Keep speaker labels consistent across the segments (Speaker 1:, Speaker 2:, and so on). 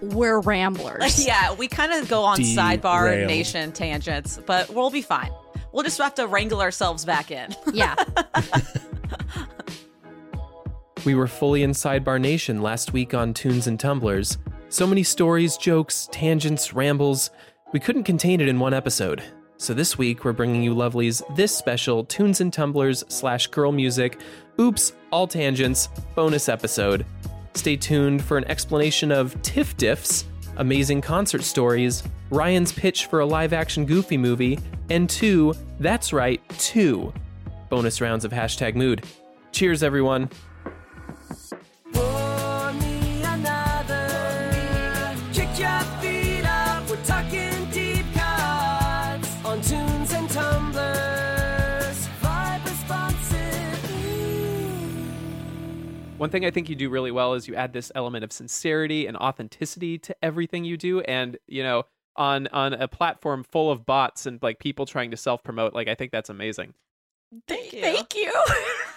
Speaker 1: we're ramblers.
Speaker 2: yeah, we kind of go on sidebar
Speaker 3: Derailed.
Speaker 2: nation tangents, but we'll be fine. We'll just have to wrangle ourselves back in.
Speaker 1: yeah.
Speaker 4: We were fully in Sidebar Nation last week on Tunes and Tumblers. So many stories, jokes, tangents, rambles. We couldn't contain it in one episode. So this week, we're bringing you Lovely's this special Tunes and Tumblers slash girl music, oops, all tangents, bonus episode. Stay tuned for an explanation of Tiff Diffs, amazing concert stories, Ryan's pitch for a live action Goofy movie, and two, that's right, two bonus rounds of hashtag mood. Cheers, everyone.
Speaker 5: Pour me another. Kick your feet up. We're talking deep cuts on tunes and tumblers. Vibe responsibly.
Speaker 4: One thing I think you do really well is you add this element of sincerity and authenticity to everything you do, and you know, on on a platform full of bots and like people trying to self promote, like I think that's amazing.
Speaker 2: Thank you. Thank you.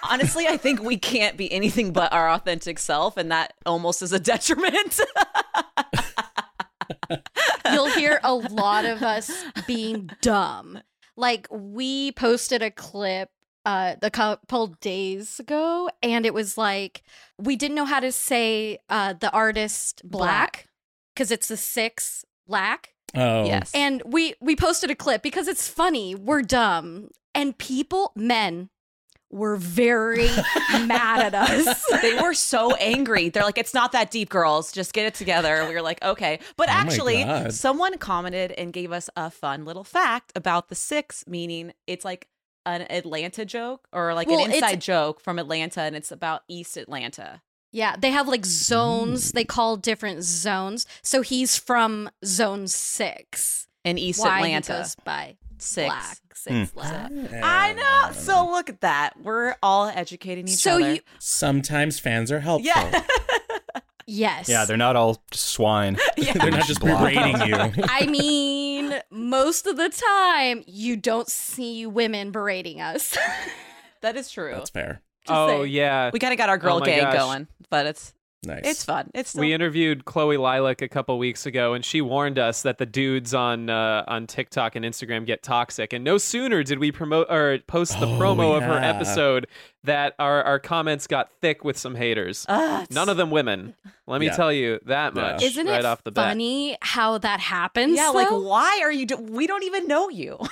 Speaker 2: Honestly, I think we can't be anything but our authentic self, and that almost is a detriment.
Speaker 1: You'll hear a lot of us being dumb. Like we posted a clip uh a couple days ago and it was like we didn't know how to say uh the artist black because it's the six black
Speaker 3: Oh,
Speaker 2: yes.
Speaker 1: and we we posted a clip because it's funny we're dumb and people men were very mad at us
Speaker 2: they were so angry. They're like, it's not that deep, girls. Just get it together. And we were like, okay. But
Speaker 3: Oh my
Speaker 2: actually,
Speaker 3: God.
Speaker 2: someone commented and gave us a fun little fact about the six, meaning it's like an Atlanta joke or like
Speaker 1: Well,
Speaker 2: an
Speaker 1: it's-
Speaker 2: inside joke from Atlanta, and it's about East Atlanta.
Speaker 1: Yeah, they have like
Speaker 2: Mm.
Speaker 1: zones. They call different zones. So he's from zone six.
Speaker 2: In East
Speaker 1: Why
Speaker 2: Atlanta.
Speaker 1: he goes by
Speaker 2: six.
Speaker 1: black six
Speaker 3: Hmm.
Speaker 1: black.
Speaker 2: I
Speaker 3: Um,
Speaker 2: know. So look at that. We're all educating each
Speaker 1: So
Speaker 2: other.
Speaker 1: you
Speaker 3: Sometimes fans are helpful.
Speaker 2: yeah.
Speaker 1: yes.
Speaker 6: Yeah, they're not all just swine.
Speaker 2: Yeah.
Speaker 3: They're not just
Speaker 6: Block.
Speaker 3: berating you.
Speaker 1: I mean, most of the time you don't see women berating us.
Speaker 2: that is true.
Speaker 3: That's fair.
Speaker 4: oh
Speaker 1: saying.
Speaker 4: yeah,
Speaker 2: we kind of got our girl
Speaker 4: my
Speaker 2: gang
Speaker 4: gosh.
Speaker 2: going, but it's
Speaker 3: Nice.
Speaker 2: it's fun. It's still,
Speaker 4: we interviewed Chloe Lilac a couple weeks ago, and she warned us that the dudes on uh, on TikTok and Instagram get toxic. And no sooner did we promote or post the
Speaker 3: Oh,
Speaker 4: promo of her
Speaker 3: yeah.
Speaker 4: episode that our our comments got thick with some haters.
Speaker 1: Oh,
Speaker 2: Ah, it's-
Speaker 4: None of them women. Let me
Speaker 3: Yeah.
Speaker 4: tell you that
Speaker 3: Yeah.
Speaker 4: much.
Speaker 1: Isn't
Speaker 4: right
Speaker 1: it
Speaker 4: off the bat.
Speaker 1: funny how that happens?
Speaker 2: Yeah, like
Speaker 1: though?
Speaker 2: why are you? Do- we don't even know you.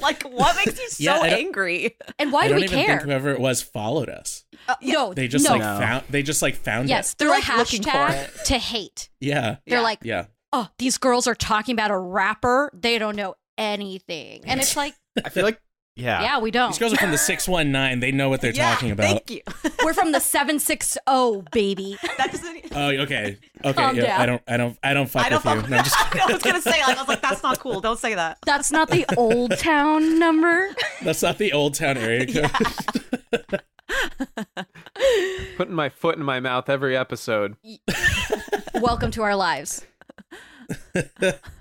Speaker 2: like what makes you so
Speaker 3: Yeah, I don't-
Speaker 2: angry?
Speaker 1: and why
Speaker 3: I
Speaker 1: do
Speaker 3: don't
Speaker 1: we
Speaker 3: even think
Speaker 1: care?
Speaker 3: whoever it was followed us.
Speaker 1: Uh, no,
Speaker 3: They just
Speaker 1: no.
Speaker 3: like
Speaker 6: No.
Speaker 3: found. They just like found
Speaker 1: yes,
Speaker 3: it.
Speaker 1: they're,
Speaker 2: They're,
Speaker 1: a
Speaker 2: like, looking for
Speaker 1: hashtag to hate.
Speaker 3: Yeah.
Speaker 1: They're
Speaker 2: Yeah.
Speaker 1: like,
Speaker 3: Yeah.
Speaker 1: oh, these girls are talking about a rapper. They don't know anything, and it's like,
Speaker 6: I feel like, yeah.
Speaker 1: yeah, we don't.
Speaker 3: These girls are from the six one nine. They know what they're
Speaker 2: Yeah,
Speaker 3: talking about.
Speaker 2: Thank you.
Speaker 1: We're from the 760, baby.
Speaker 2: That doesn't. e-,
Speaker 3: Oh, okay. Okay.
Speaker 1: Calm
Speaker 3: Yeah,
Speaker 1: down.
Speaker 3: I don't. I don't. I don't fuck
Speaker 2: I don't.
Speaker 3: with
Speaker 2: fuck-
Speaker 3: you. No, I'm just
Speaker 2: I was gonna say like I was like that's not cool. Don't say that.
Speaker 1: That's not the old town number.
Speaker 3: That's not the old town area code.
Speaker 4: Putting my foot in my mouth every episode.
Speaker 1: Welcome to our lives.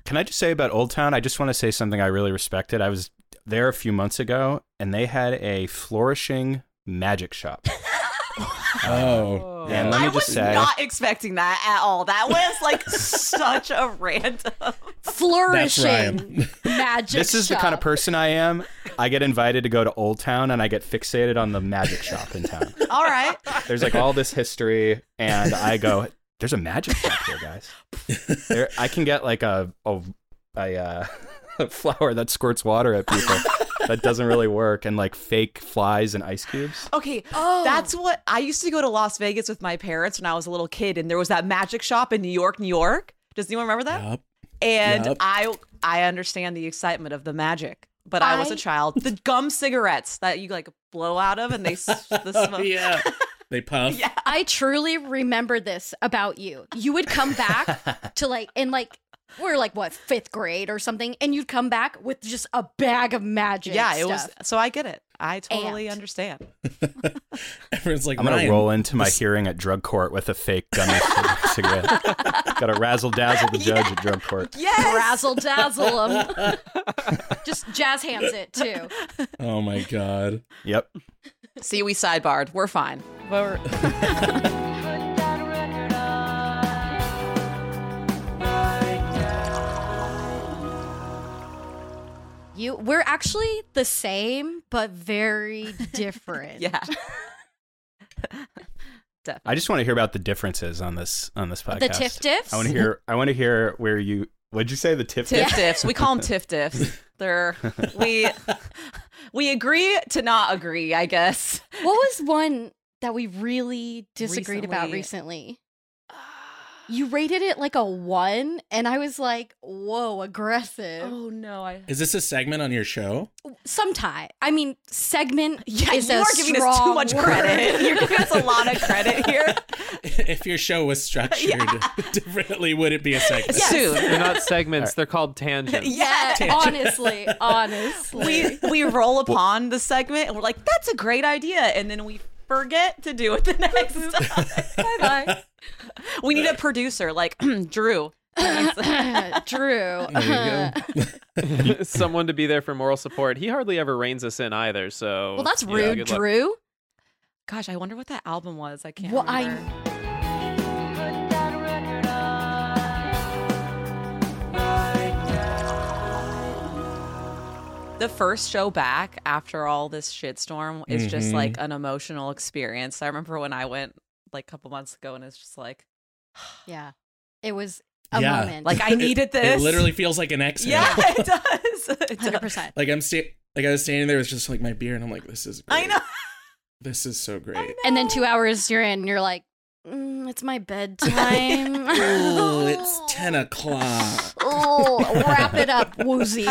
Speaker 6: Can I just say about Old Town? I just want to say something I really respected. I was there a few months ago, and they had a flourishing magic shop.
Speaker 3: Oh.
Speaker 6: And let
Speaker 2: I
Speaker 6: me
Speaker 2: was
Speaker 6: just say,
Speaker 2: not expecting that at all. That was like such a random.
Speaker 1: Flourishing
Speaker 3: Ryan.
Speaker 1: magic.
Speaker 6: this is the
Speaker 1: shop.
Speaker 6: kind of person I am. I get invited to go to Old Town, and I get fixated on the magic shop in town.
Speaker 2: All right.
Speaker 6: There's like all this history, and I go, "There's a magic shop here, guys. There, I can get like a a, a, uh, a flower that squirts water at people that doesn't really work, and like fake flies and ice cubes.
Speaker 2: Okay.
Speaker 1: Oh.
Speaker 2: That's what I used to go to Las Vegas with my parents when I was a little kid, and there was that magic shop in New York, New York. Does anyone remember that?
Speaker 3: Yup.
Speaker 2: And
Speaker 3: Yup.
Speaker 2: I I understand the excitement of the magic, but I, was
Speaker 1: I-
Speaker 2: a child. The gum cigarettes that you like blow out of and they s- the smoke.
Speaker 3: Yeah. They puff.
Speaker 2: Yeah.
Speaker 1: I truly remember this about you. You would come back to like in like we're like what fifth grade or something, and you'd come back with just a bag of magic.
Speaker 2: yeah, it
Speaker 1: stuff.
Speaker 2: was. So I get it. I totally
Speaker 1: Ant.
Speaker 2: understand.
Speaker 3: Everyone's like,
Speaker 6: I'm gonna
Speaker 3: "Ryan,
Speaker 6: roll into my hearing at drug court with a fake gummy c- cigarette. Gotta razzle dazzle the judge at drug court.
Speaker 1: razzle dazzle 'em. just jazz hands it too.
Speaker 3: Oh my god.
Speaker 6: Yep.
Speaker 2: See, we sidebarred. We're fine. We're,
Speaker 1: You we're actually the same, but very different.
Speaker 2: yeah.
Speaker 6: I just want to hear about the differences on this on this podcast.
Speaker 1: The tiff diffs.
Speaker 6: I want to hear. I want to hear where you. What'd you say? The tiff.
Speaker 2: Tiff
Speaker 6: diff?
Speaker 2: diffs. We call them tiff diffs. They're we we agree to not agree, I guess.
Speaker 1: What was one that we really disagreed about recently?
Speaker 2: Ah.
Speaker 1: You rated it like a one, and I was like, whoa, aggressive.
Speaker 2: Oh, no, I
Speaker 3: Is this a segment on your show?
Speaker 1: Sometime. I mean, segment
Speaker 2: yeah,
Speaker 1: is
Speaker 2: you
Speaker 1: a
Speaker 2: are giving us too
Speaker 1: strong
Speaker 2: much
Speaker 1: word.
Speaker 2: credit. You're giving us a lot of credit here.
Speaker 3: if your show was structured differently, would it be a segment?
Speaker 2: Soon.
Speaker 4: They're not segments, they're called tangents.
Speaker 1: Yeah, honestly, honestly.
Speaker 2: we we roll upon the segment and we're like, that's a great idea, and then we forget to do it the next time. bye bye. We need a producer like Drew.
Speaker 1: Drew.
Speaker 3: There you go.
Speaker 4: Someone to be there for moral support. He hardly ever reins us in either, so.
Speaker 1: Well, that's
Speaker 4: yeah,
Speaker 1: rude,
Speaker 4: good luck.
Speaker 1: Drew.
Speaker 2: Gosh, I wonder what that album was. I can't.
Speaker 1: Well, I-
Speaker 2: remember. the first show back after all this shitstorm is just
Speaker 3: Mhm.
Speaker 2: like an emotional experience. I remember when I went like a couple months ago, and it's just like,
Speaker 1: Yeah. It was a
Speaker 3: Yeah.
Speaker 1: moment.
Speaker 2: like I needed
Speaker 3: It
Speaker 2: this.
Speaker 3: literally feels like an accident.
Speaker 2: yeah, it does. It does.
Speaker 1: 100%.
Speaker 3: Like I'm sta- like I was standing there with just like my beer, and I'm like, this is. Great.
Speaker 2: I know.
Speaker 3: This is so great.
Speaker 1: And then two hours you're in, you're like, mm, it's my bedtime.
Speaker 3: Ooh, it's ten o'clock.
Speaker 1: Oh, wrap it up, woozy.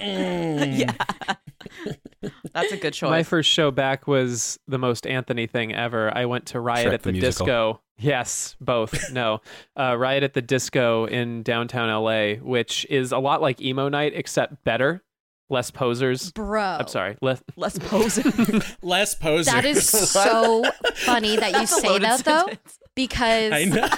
Speaker 3: Mm.
Speaker 2: Yeah. That's a good choice.
Speaker 4: My first show back was the most Anthony thing ever. I went to Riot
Speaker 6: Shrek
Speaker 4: at
Speaker 6: the
Speaker 4: the,
Speaker 6: Musical.
Speaker 4: Disco. Yes, both. no. Uh, Riot at the Disco in downtown LA, which is a lot like Emo Night, except better, less posers.
Speaker 1: Bro.
Speaker 4: I'm sorry. Less.
Speaker 2: Let's pose it.
Speaker 3: Less posers.
Speaker 1: That is so funny that you
Speaker 2: That's a
Speaker 1: say
Speaker 2: loaded
Speaker 1: that though.
Speaker 2: sentence.
Speaker 1: Because
Speaker 3: I know.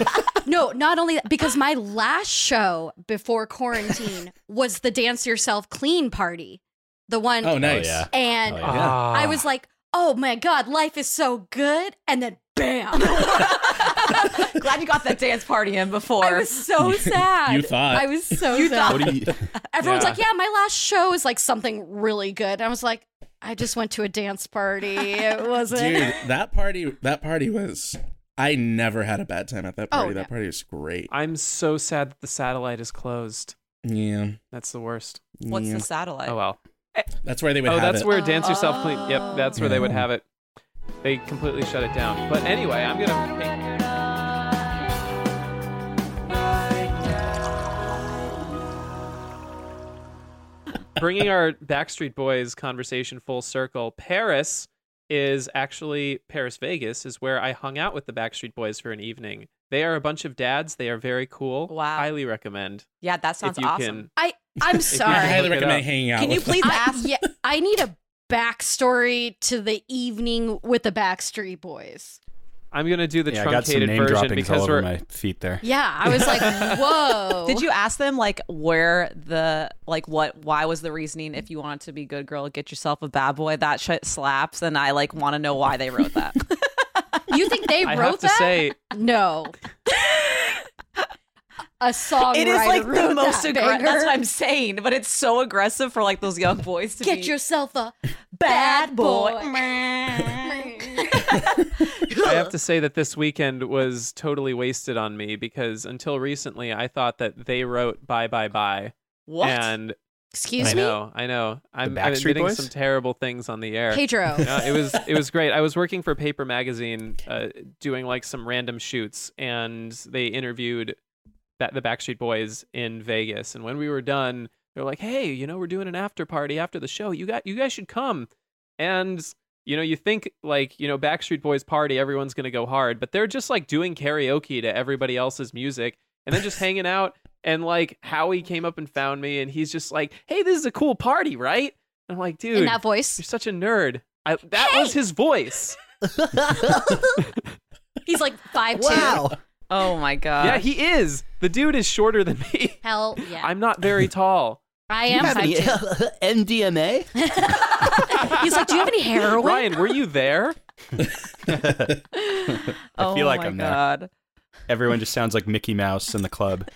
Speaker 1: no, not only that, because my last show before quarantine was the Dance Yourself Clean party. The one
Speaker 3: Oh, nice.
Speaker 6: yeah.
Speaker 1: and
Speaker 6: Oh, yeah.
Speaker 4: Ah.
Speaker 1: I was like, oh my God, life is so good. And then bam.
Speaker 2: Glad you got that dance party in before.
Speaker 1: I was so sad.
Speaker 3: you thought.
Speaker 1: I was so sad.
Speaker 6: What do you?
Speaker 1: Everyone's
Speaker 4: Yeah.
Speaker 1: like, yeah, my last show is like something really good. I was like, I just went to a dance party. It wasn't.
Speaker 3: Dude, that party. That party was. I never had a bad time at that
Speaker 1: Oh,
Speaker 3: party.
Speaker 1: no.
Speaker 3: That party was great.
Speaker 4: I'm so sad that the satellite is closed.
Speaker 3: Yeah.
Speaker 4: That's the worst.
Speaker 2: What's
Speaker 3: yeah.
Speaker 2: the satellite?
Speaker 4: Oh well.
Speaker 3: That's where they would
Speaker 4: oh,
Speaker 3: have
Speaker 4: that's
Speaker 3: it.
Speaker 4: where Dance Yourself Clean. Yep, that's where they would
Speaker 3: Yeah.
Speaker 4: have it. They completely shut it down. But anyway, I'm gonna. Bringing our Backstreet Boys conversation full circle, Paris is actually Paris Vegas is where I hung out with the Backstreet Boys for an evening. They are a bunch of dads. They are very cool.
Speaker 2: Wow.
Speaker 4: Highly recommend.
Speaker 2: Yeah, that sounds
Speaker 4: if you
Speaker 2: awesome.
Speaker 1: I, I'm
Speaker 3: I
Speaker 4: Look
Speaker 1: sorry.
Speaker 3: highly
Speaker 4: it up.
Speaker 3: recommend hanging out.
Speaker 2: Can you
Speaker 3: with them.
Speaker 2: please
Speaker 1: I,
Speaker 2: ask?
Speaker 1: yeah, I need a backstory to the evening with the Backstreet Boys.
Speaker 4: I'm gonna do the
Speaker 6: yeah, I got some
Speaker 4: truncated
Speaker 6: name
Speaker 4: version
Speaker 6: droppings all
Speaker 4: because
Speaker 6: over
Speaker 4: we're
Speaker 6: my feet there.
Speaker 1: Yeah, I was like, whoa.
Speaker 2: Did you ask them like where the like what why was the reasoning if you wanted to be good girl get yourself a bad boy that shit slaps and I like want to know why they wrote that.
Speaker 1: You think they
Speaker 4: I have
Speaker 1: wrote
Speaker 4: to
Speaker 1: that?
Speaker 4: say
Speaker 1: no. a songwriter.
Speaker 2: it is like the
Speaker 1: wrote
Speaker 2: most
Speaker 1: that
Speaker 2: aggressive.
Speaker 1: banger.
Speaker 2: That's what I'm saying, but it's so aggressive for like those young boys to be.
Speaker 1: Get yourself a bad
Speaker 2: Bad boy.
Speaker 1: boy.
Speaker 4: I have to say that this weekend was totally wasted on me because until recently I thought that they wrote "Bye Bye Bye."
Speaker 2: what?
Speaker 4: And
Speaker 1: Excuse
Speaker 4: I
Speaker 1: me?
Speaker 4: know, I know, I'm, I'm
Speaker 6: Backstreet
Speaker 4: admitting
Speaker 6: Boys?
Speaker 4: some terrible things on the air.
Speaker 1: Pedro.
Speaker 4: No, it was it was great. I was working for Paper Magazine, uh, doing like some random shoots, and they interviewed that the Backstreet Boys in Vegas. And when we were done, they're like, "Hey, you know, we're doing an after party after the show. You got you guys should come." And You know, you think like, you know, Backstreet Boys party, everyone's going to go hard, but they're just like doing karaoke to everybody else's music and then just hanging out. And like Howie came up and found me and he's just like, hey, this is a cool party, right? And I'm like, dude,
Speaker 1: in that voice.
Speaker 4: you're such a nerd. I, that was his voice.
Speaker 1: He's like five
Speaker 7: wow.
Speaker 2: Oh my
Speaker 6: Uh,
Speaker 2: god.
Speaker 4: yeah, he is. The dude is shorter than me.
Speaker 1: two. Hell yeah.
Speaker 4: I'm not very tall.
Speaker 1: I
Speaker 7: You
Speaker 1: am
Speaker 7: have
Speaker 1: five
Speaker 7: any
Speaker 1: two.
Speaker 7: MDMA?
Speaker 1: He's like, do you have any heroin?
Speaker 4: Ryan, were you there?
Speaker 6: I
Speaker 2: oh
Speaker 6: feel like
Speaker 2: my
Speaker 6: I'm there.
Speaker 2: god.
Speaker 6: Everyone just sounds like Mickey Mouse in the club.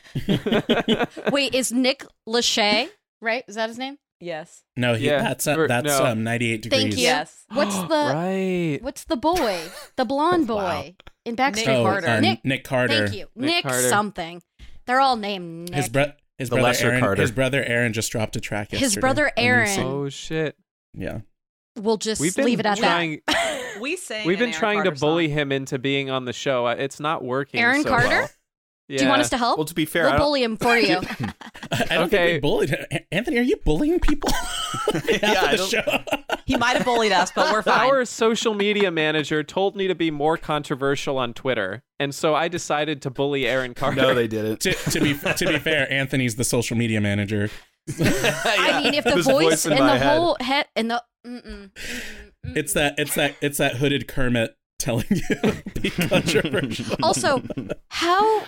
Speaker 1: Wait, is Nick Lachey right? Is that his name?
Speaker 2: Yes.
Speaker 3: No, he,
Speaker 4: Yeah,
Speaker 3: that's uh,
Speaker 4: or-
Speaker 3: that's
Speaker 4: no.
Speaker 3: um, 98 degrees.
Speaker 1: Thank you.
Speaker 2: Yes.
Speaker 1: What's the
Speaker 4: right?
Speaker 1: what's the boy? The blonde boy in Backstreet
Speaker 2: Nick
Speaker 3: Oh,
Speaker 2: Carter.
Speaker 3: uh,
Speaker 1: Nick,
Speaker 3: Nick, Carter.
Speaker 1: Thank you. Nick,
Speaker 4: Nick Carter.
Speaker 1: something. They're all named Nick.
Speaker 3: His, bro- his
Speaker 6: The
Speaker 3: brother
Speaker 6: lesser
Speaker 3: Aaron.
Speaker 6: Carter.
Speaker 3: His brother Aaron just dropped a track.
Speaker 1: His
Speaker 3: yesterday.
Speaker 1: brother
Speaker 3: A new
Speaker 1: Aaron.
Speaker 3: single.
Speaker 4: Oh shit!
Speaker 3: Yeah.
Speaker 1: we'll just
Speaker 4: We've been
Speaker 1: leave it at
Speaker 4: trying.
Speaker 2: We sang.
Speaker 4: We've
Speaker 2: an
Speaker 4: been
Speaker 2: Aaron
Speaker 4: trying
Speaker 2: Carter
Speaker 4: to bully
Speaker 2: song.
Speaker 4: him into being on the show. I- It's not working.
Speaker 1: Aaron
Speaker 4: so
Speaker 1: Carter?
Speaker 4: well.
Speaker 1: that. Do you want
Speaker 4: Yeah.
Speaker 1: us to help?
Speaker 6: Well, to be fair, I
Speaker 1: we'll
Speaker 6: don't-
Speaker 1: bully him for you.
Speaker 3: I I don't
Speaker 4: Okay.
Speaker 3: think we bullied him. A- Anthony, are you bullying people?
Speaker 6: Yeah, I
Speaker 3: yeah, the
Speaker 6: don't-
Speaker 3: show.
Speaker 2: He might have bullied us, but we're fine.
Speaker 4: Our social media manager told me to be more controversial on Twitter, and so I decided to bully Aaron Carter.
Speaker 6: No, they didn't.
Speaker 3: to, to be to be fair, Anthony's the social media manager.
Speaker 1: I mean, if the
Speaker 6: His
Speaker 1: voice
Speaker 6: voice in
Speaker 1: and
Speaker 6: my
Speaker 1: the
Speaker 6: head.
Speaker 1: whole head and the mm-mm, mm-mm.
Speaker 3: It's that it's that it's that hooded Kermit telling you be controversial.
Speaker 1: also how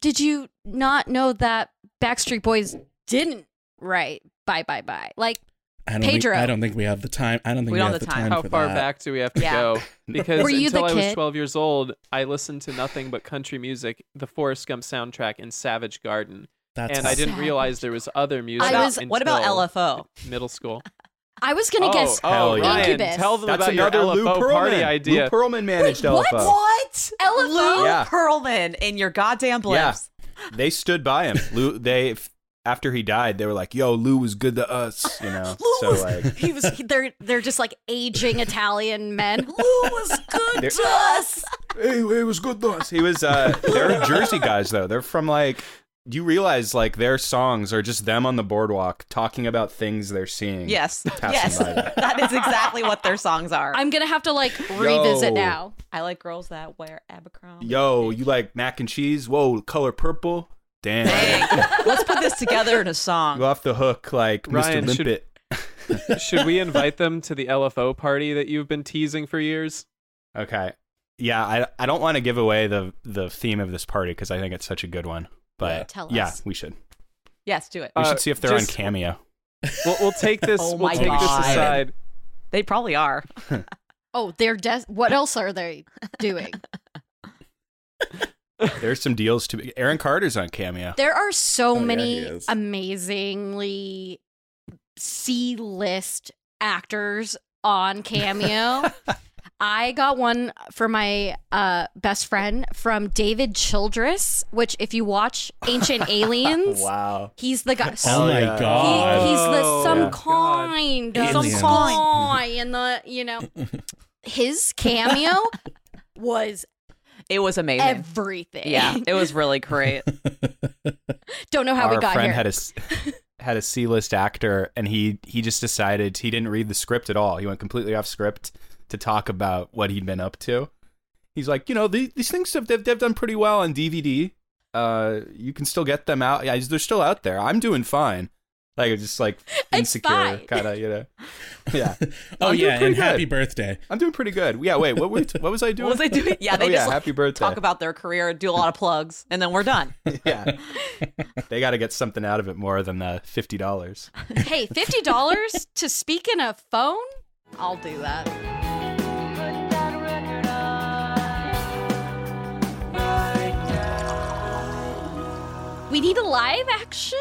Speaker 1: did you not know that Backstreet Boys didn't write Bye Bye Bye? Like
Speaker 3: I don't
Speaker 1: Pedro.
Speaker 3: Think, I don't think we have the time. I don't think
Speaker 2: We
Speaker 3: we,
Speaker 2: don't
Speaker 3: have the time.
Speaker 4: How
Speaker 3: for
Speaker 4: far
Speaker 3: that.
Speaker 4: back do we have to
Speaker 2: Yeah.
Speaker 4: go? Because
Speaker 1: Were you the
Speaker 4: until I was
Speaker 1: kid?
Speaker 4: 12 years old, I listened to nothing but country music, the Forrest Gump soundtrack, and Savage Garden.
Speaker 3: That's
Speaker 4: and I didn't
Speaker 1: Savage
Speaker 4: realize there was other music.
Speaker 2: What
Speaker 1: I
Speaker 2: about-
Speaker 1: was-
Speaker 2: what about
Speaker 4: until
Speaker 2: LFO?
Speaker 4: Middle school.
Speaker 1: I was gonna guess
Speaker 4: oh,
Speaker 6: Hell
Speaker 4: oh,
Speaker 6: yeah.
Speaker 4: Ryan,
Speaker 1: Incubus.
Speaker 4: tell them
Speaker 6: That's
Speaker 4: about
Speaker 6: another
Speaker 4: your
Speaker 6: Lou
Speaker 4: LFO
Speaker 6: Perlman.
Speaker 4: party idea.
Speaker 6: Lou Perlman managed LFO.
Speaker 2: What?
Speaker 1: LFO?
Speaker 2: Lou
Speaker 6: Yeah.
Speaker 2: Pearlman in your goddamn blips.
Speaker 6: They stood by him. Lou. They f- after he died, they were like, "Yo, Lou was good to us," you know.
Speaker 1: Lou
Speaker 6: so
Speaker 1: was-
Speaker 6: like,
Speaker 1: he was they're they're just like aging Italian men. Lou was good
Speaker 6: They're-
Speaker 1: to us.
Speaker 6: hey, it was good to us. He was. Uh, they're Jersey guys though. They're from like. You realize like their songs are just them on the boardwalk talking about things they're seeing.
Speaker 2: Yes.
Speaker 6: Passing
Speaker 2: yes.
Speaker 6: by that.
Speaker 2: that is exactly what their songs are. i
Speaker 1: I'm gonna have to like revisit
Speaker 6: Yo.
Speaker 1: now.
Speaker 2: like girls that wear Abercrombie.
Speaker 6: Yo, you like mac and cheese? Whoa, color purple. Damn.
Speaker 2: Dang. Let's put this together in a song.
Speaker 6: You off the hook like
Speaker 4: Ryan,
Speaker 6: Mr.
Speaker 4: should-
Speaker 6: Limpet.
Speaker 4: Should we invite them to the LFO party that you've been teasing for years?
Speaker 6: Okay. Yeah, I, I don't want to give away the the theme of this party because I think it's such a good one.
Speaker 3: Yeah.
Speaker 6: But
Speaker 1: Tell
Speaker 6: yeah,
Speaker 1: us.
Speaker 6: we should.
Speaker 2: Yes, do it.
Speaker 6: We
Speaker 4: Uh,
Speaker 6: should see if they're
Speaker 4: just-
Speaker 6: on Cameo.
Speaker 4: We'll, we'll take this.
Speaker 2: Oh
Speaker 4: we'll
Speaker 2: my
Speaker 4: take
Speaker 2: God.
Speaker 4: this aside.
Speaker 2: They probably are.
Speaker 1: Oh, they're des- what else are they doing?
Speaker 6: There's some deals to be. Aaron Carter's on Cameo.
Speaker 1: There are so
Speaker 3: yeah,
Speaker 1: many
Speaker 3: he is.
Speaker 1: amazingly C list actors on Cameo. I got one for my uh, best friend from David Childress, which, if you watch Ancient Aliens,
Speaker 6: Wow.
Speaker 1: he's the guy.
Speaker 3: Oh my
Speaker 6: yeah.
Speaker 1: He,
Speaker 3: god.
Speaker 1: he's the
Speaker 4: Oh,
Speaker 1: some
Speaker 6: yeah.
Speaker 1: kind,
Speaker 3: God.
Speaker 1: some
Speaker 3: Alien.
Speaker 1: kind, and the you know his cameo was
Speaker 2: It was amazing.
Speaker 1: everything.
Speaker 2: yeah, it was really great.
Speaker 1: don't know how
Speaker 6: Our
Speaker 1: we got
Speaker 6: friend
Speaker 1: here.
Speaker 6: had a s- had a C-list actor, and he he just decided he didn't read the script at all. He went completely off script to talk about what he'd been up to. He's like, you know, the, these things have they've, they've done pretty well on DVD. Uh, you can still get them out. Yeah, they're still out there. I'm doing fine. Like it's just like
Speaker 1: It's
Speaker 6: insecure,
Speaker 1: fine.
Speaker 6: kind of, you know. Yeah,
Speaker 3: oh
Speaker 6: I'm doing
Speaker 3: yeah,
Speaker 6: pretty
Speaker 3: and happy
Speaker 6: good.
Speaker 3: birthday.
Speaker 6: I'm doing pretty good. Yeah, wait, what were, what was I doing?
Speaker 2: What was I doing? Yeah, they
Speaker 6: oh,
Speaker 2: just
Speaker 6: yeah,
Speaker 2: like,
Speaker 6: happy birthday.
Speaker 2: talk about their career, do a lot of plugs, and then we're done.
Speaker 6: yeah, they got to get something out of it more than the fifty dollars.
Speaker 1: hey, fifty dollars to speak in a phone? I'll do that. We need a live action.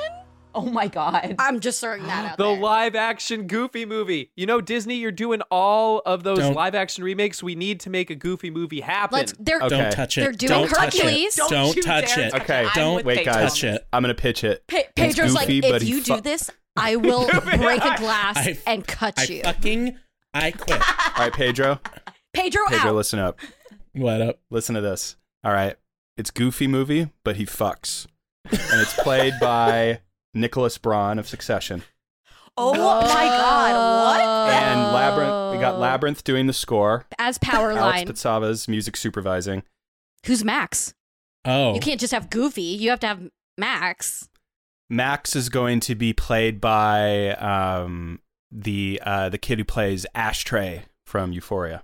Speaker 2: Oh my god.
Speaker 1: I'm just throwing that out
Speaker 4: The
Speaker 1: there.
Speaker 4: live action Goofy movie. You know, Disney, you're doing all of those
Speaker 3: Don't-
Speaker 4: live action remakes. We need to make a Goofy movie happen.
Speaker 1: Let's. They're
Speaker 6: Okay.
Speaker 3: Don't touch it.
Speaker 1: They're doing
Speaker 3: Don't touch it.
Speaker 1: Hercules. Don't
Speaker 3: Don't
Speaker 2: you
Speaker 3: touch
Speaker 2: dare
Speaker 3: it.
Speaker 2: touch
Speaker 6: Okay,
Speaker 2: I'm
Speaker 3: don't-
Speaker 2: with
Speaker 6: wait,
Speaker 2: Big
Speaker 6: guys.
Speaker 3: Touch it.
Speaker 6: I'm gonna pitch it.
Speaker 1: Pa- Pedro's
Speaker 6: goofy,
Speaker 1: like,
Speaker 6: but
Speaker 1: if
Speaker 6: he
Speaker 1: you
Speaker 6: fu-
Speaker 1: do this, I will break a glass
Speaker 3: I-
Speaker 1: and cut
Speaker 3: I
Speaker 1: you.
Speaker 3: fucking I quit.
Speaker 6: All right, Pedro.
Speaker 1: Pedro,
Speaker 6: Pedro,
Speaker 1: out.
Speaker 6: listen up.
Speaker 3: what up?
Speaker 6: Listen to this. All right. It's Goofy movie, but he fucks. And it's played by Nicholas Braun of Succession.
Speaker 2: Oh my god, what?
Speaker 6: and
Speaker 1: Oh.
Speaker 6: Labyrinth. We got Labyrinth doing the score.
Speaker 1: as Powerline.
Speaker 6: Alex Pizzava's music supervising.
Speaker 1: Who's Max?
Speaker 3: Oh,
Speaker 1: You can't just have Goofy. You have to have Max.
Speaker 6: Max is going to be played by um, the uh, the kid who plays Ashtray from Euphoria.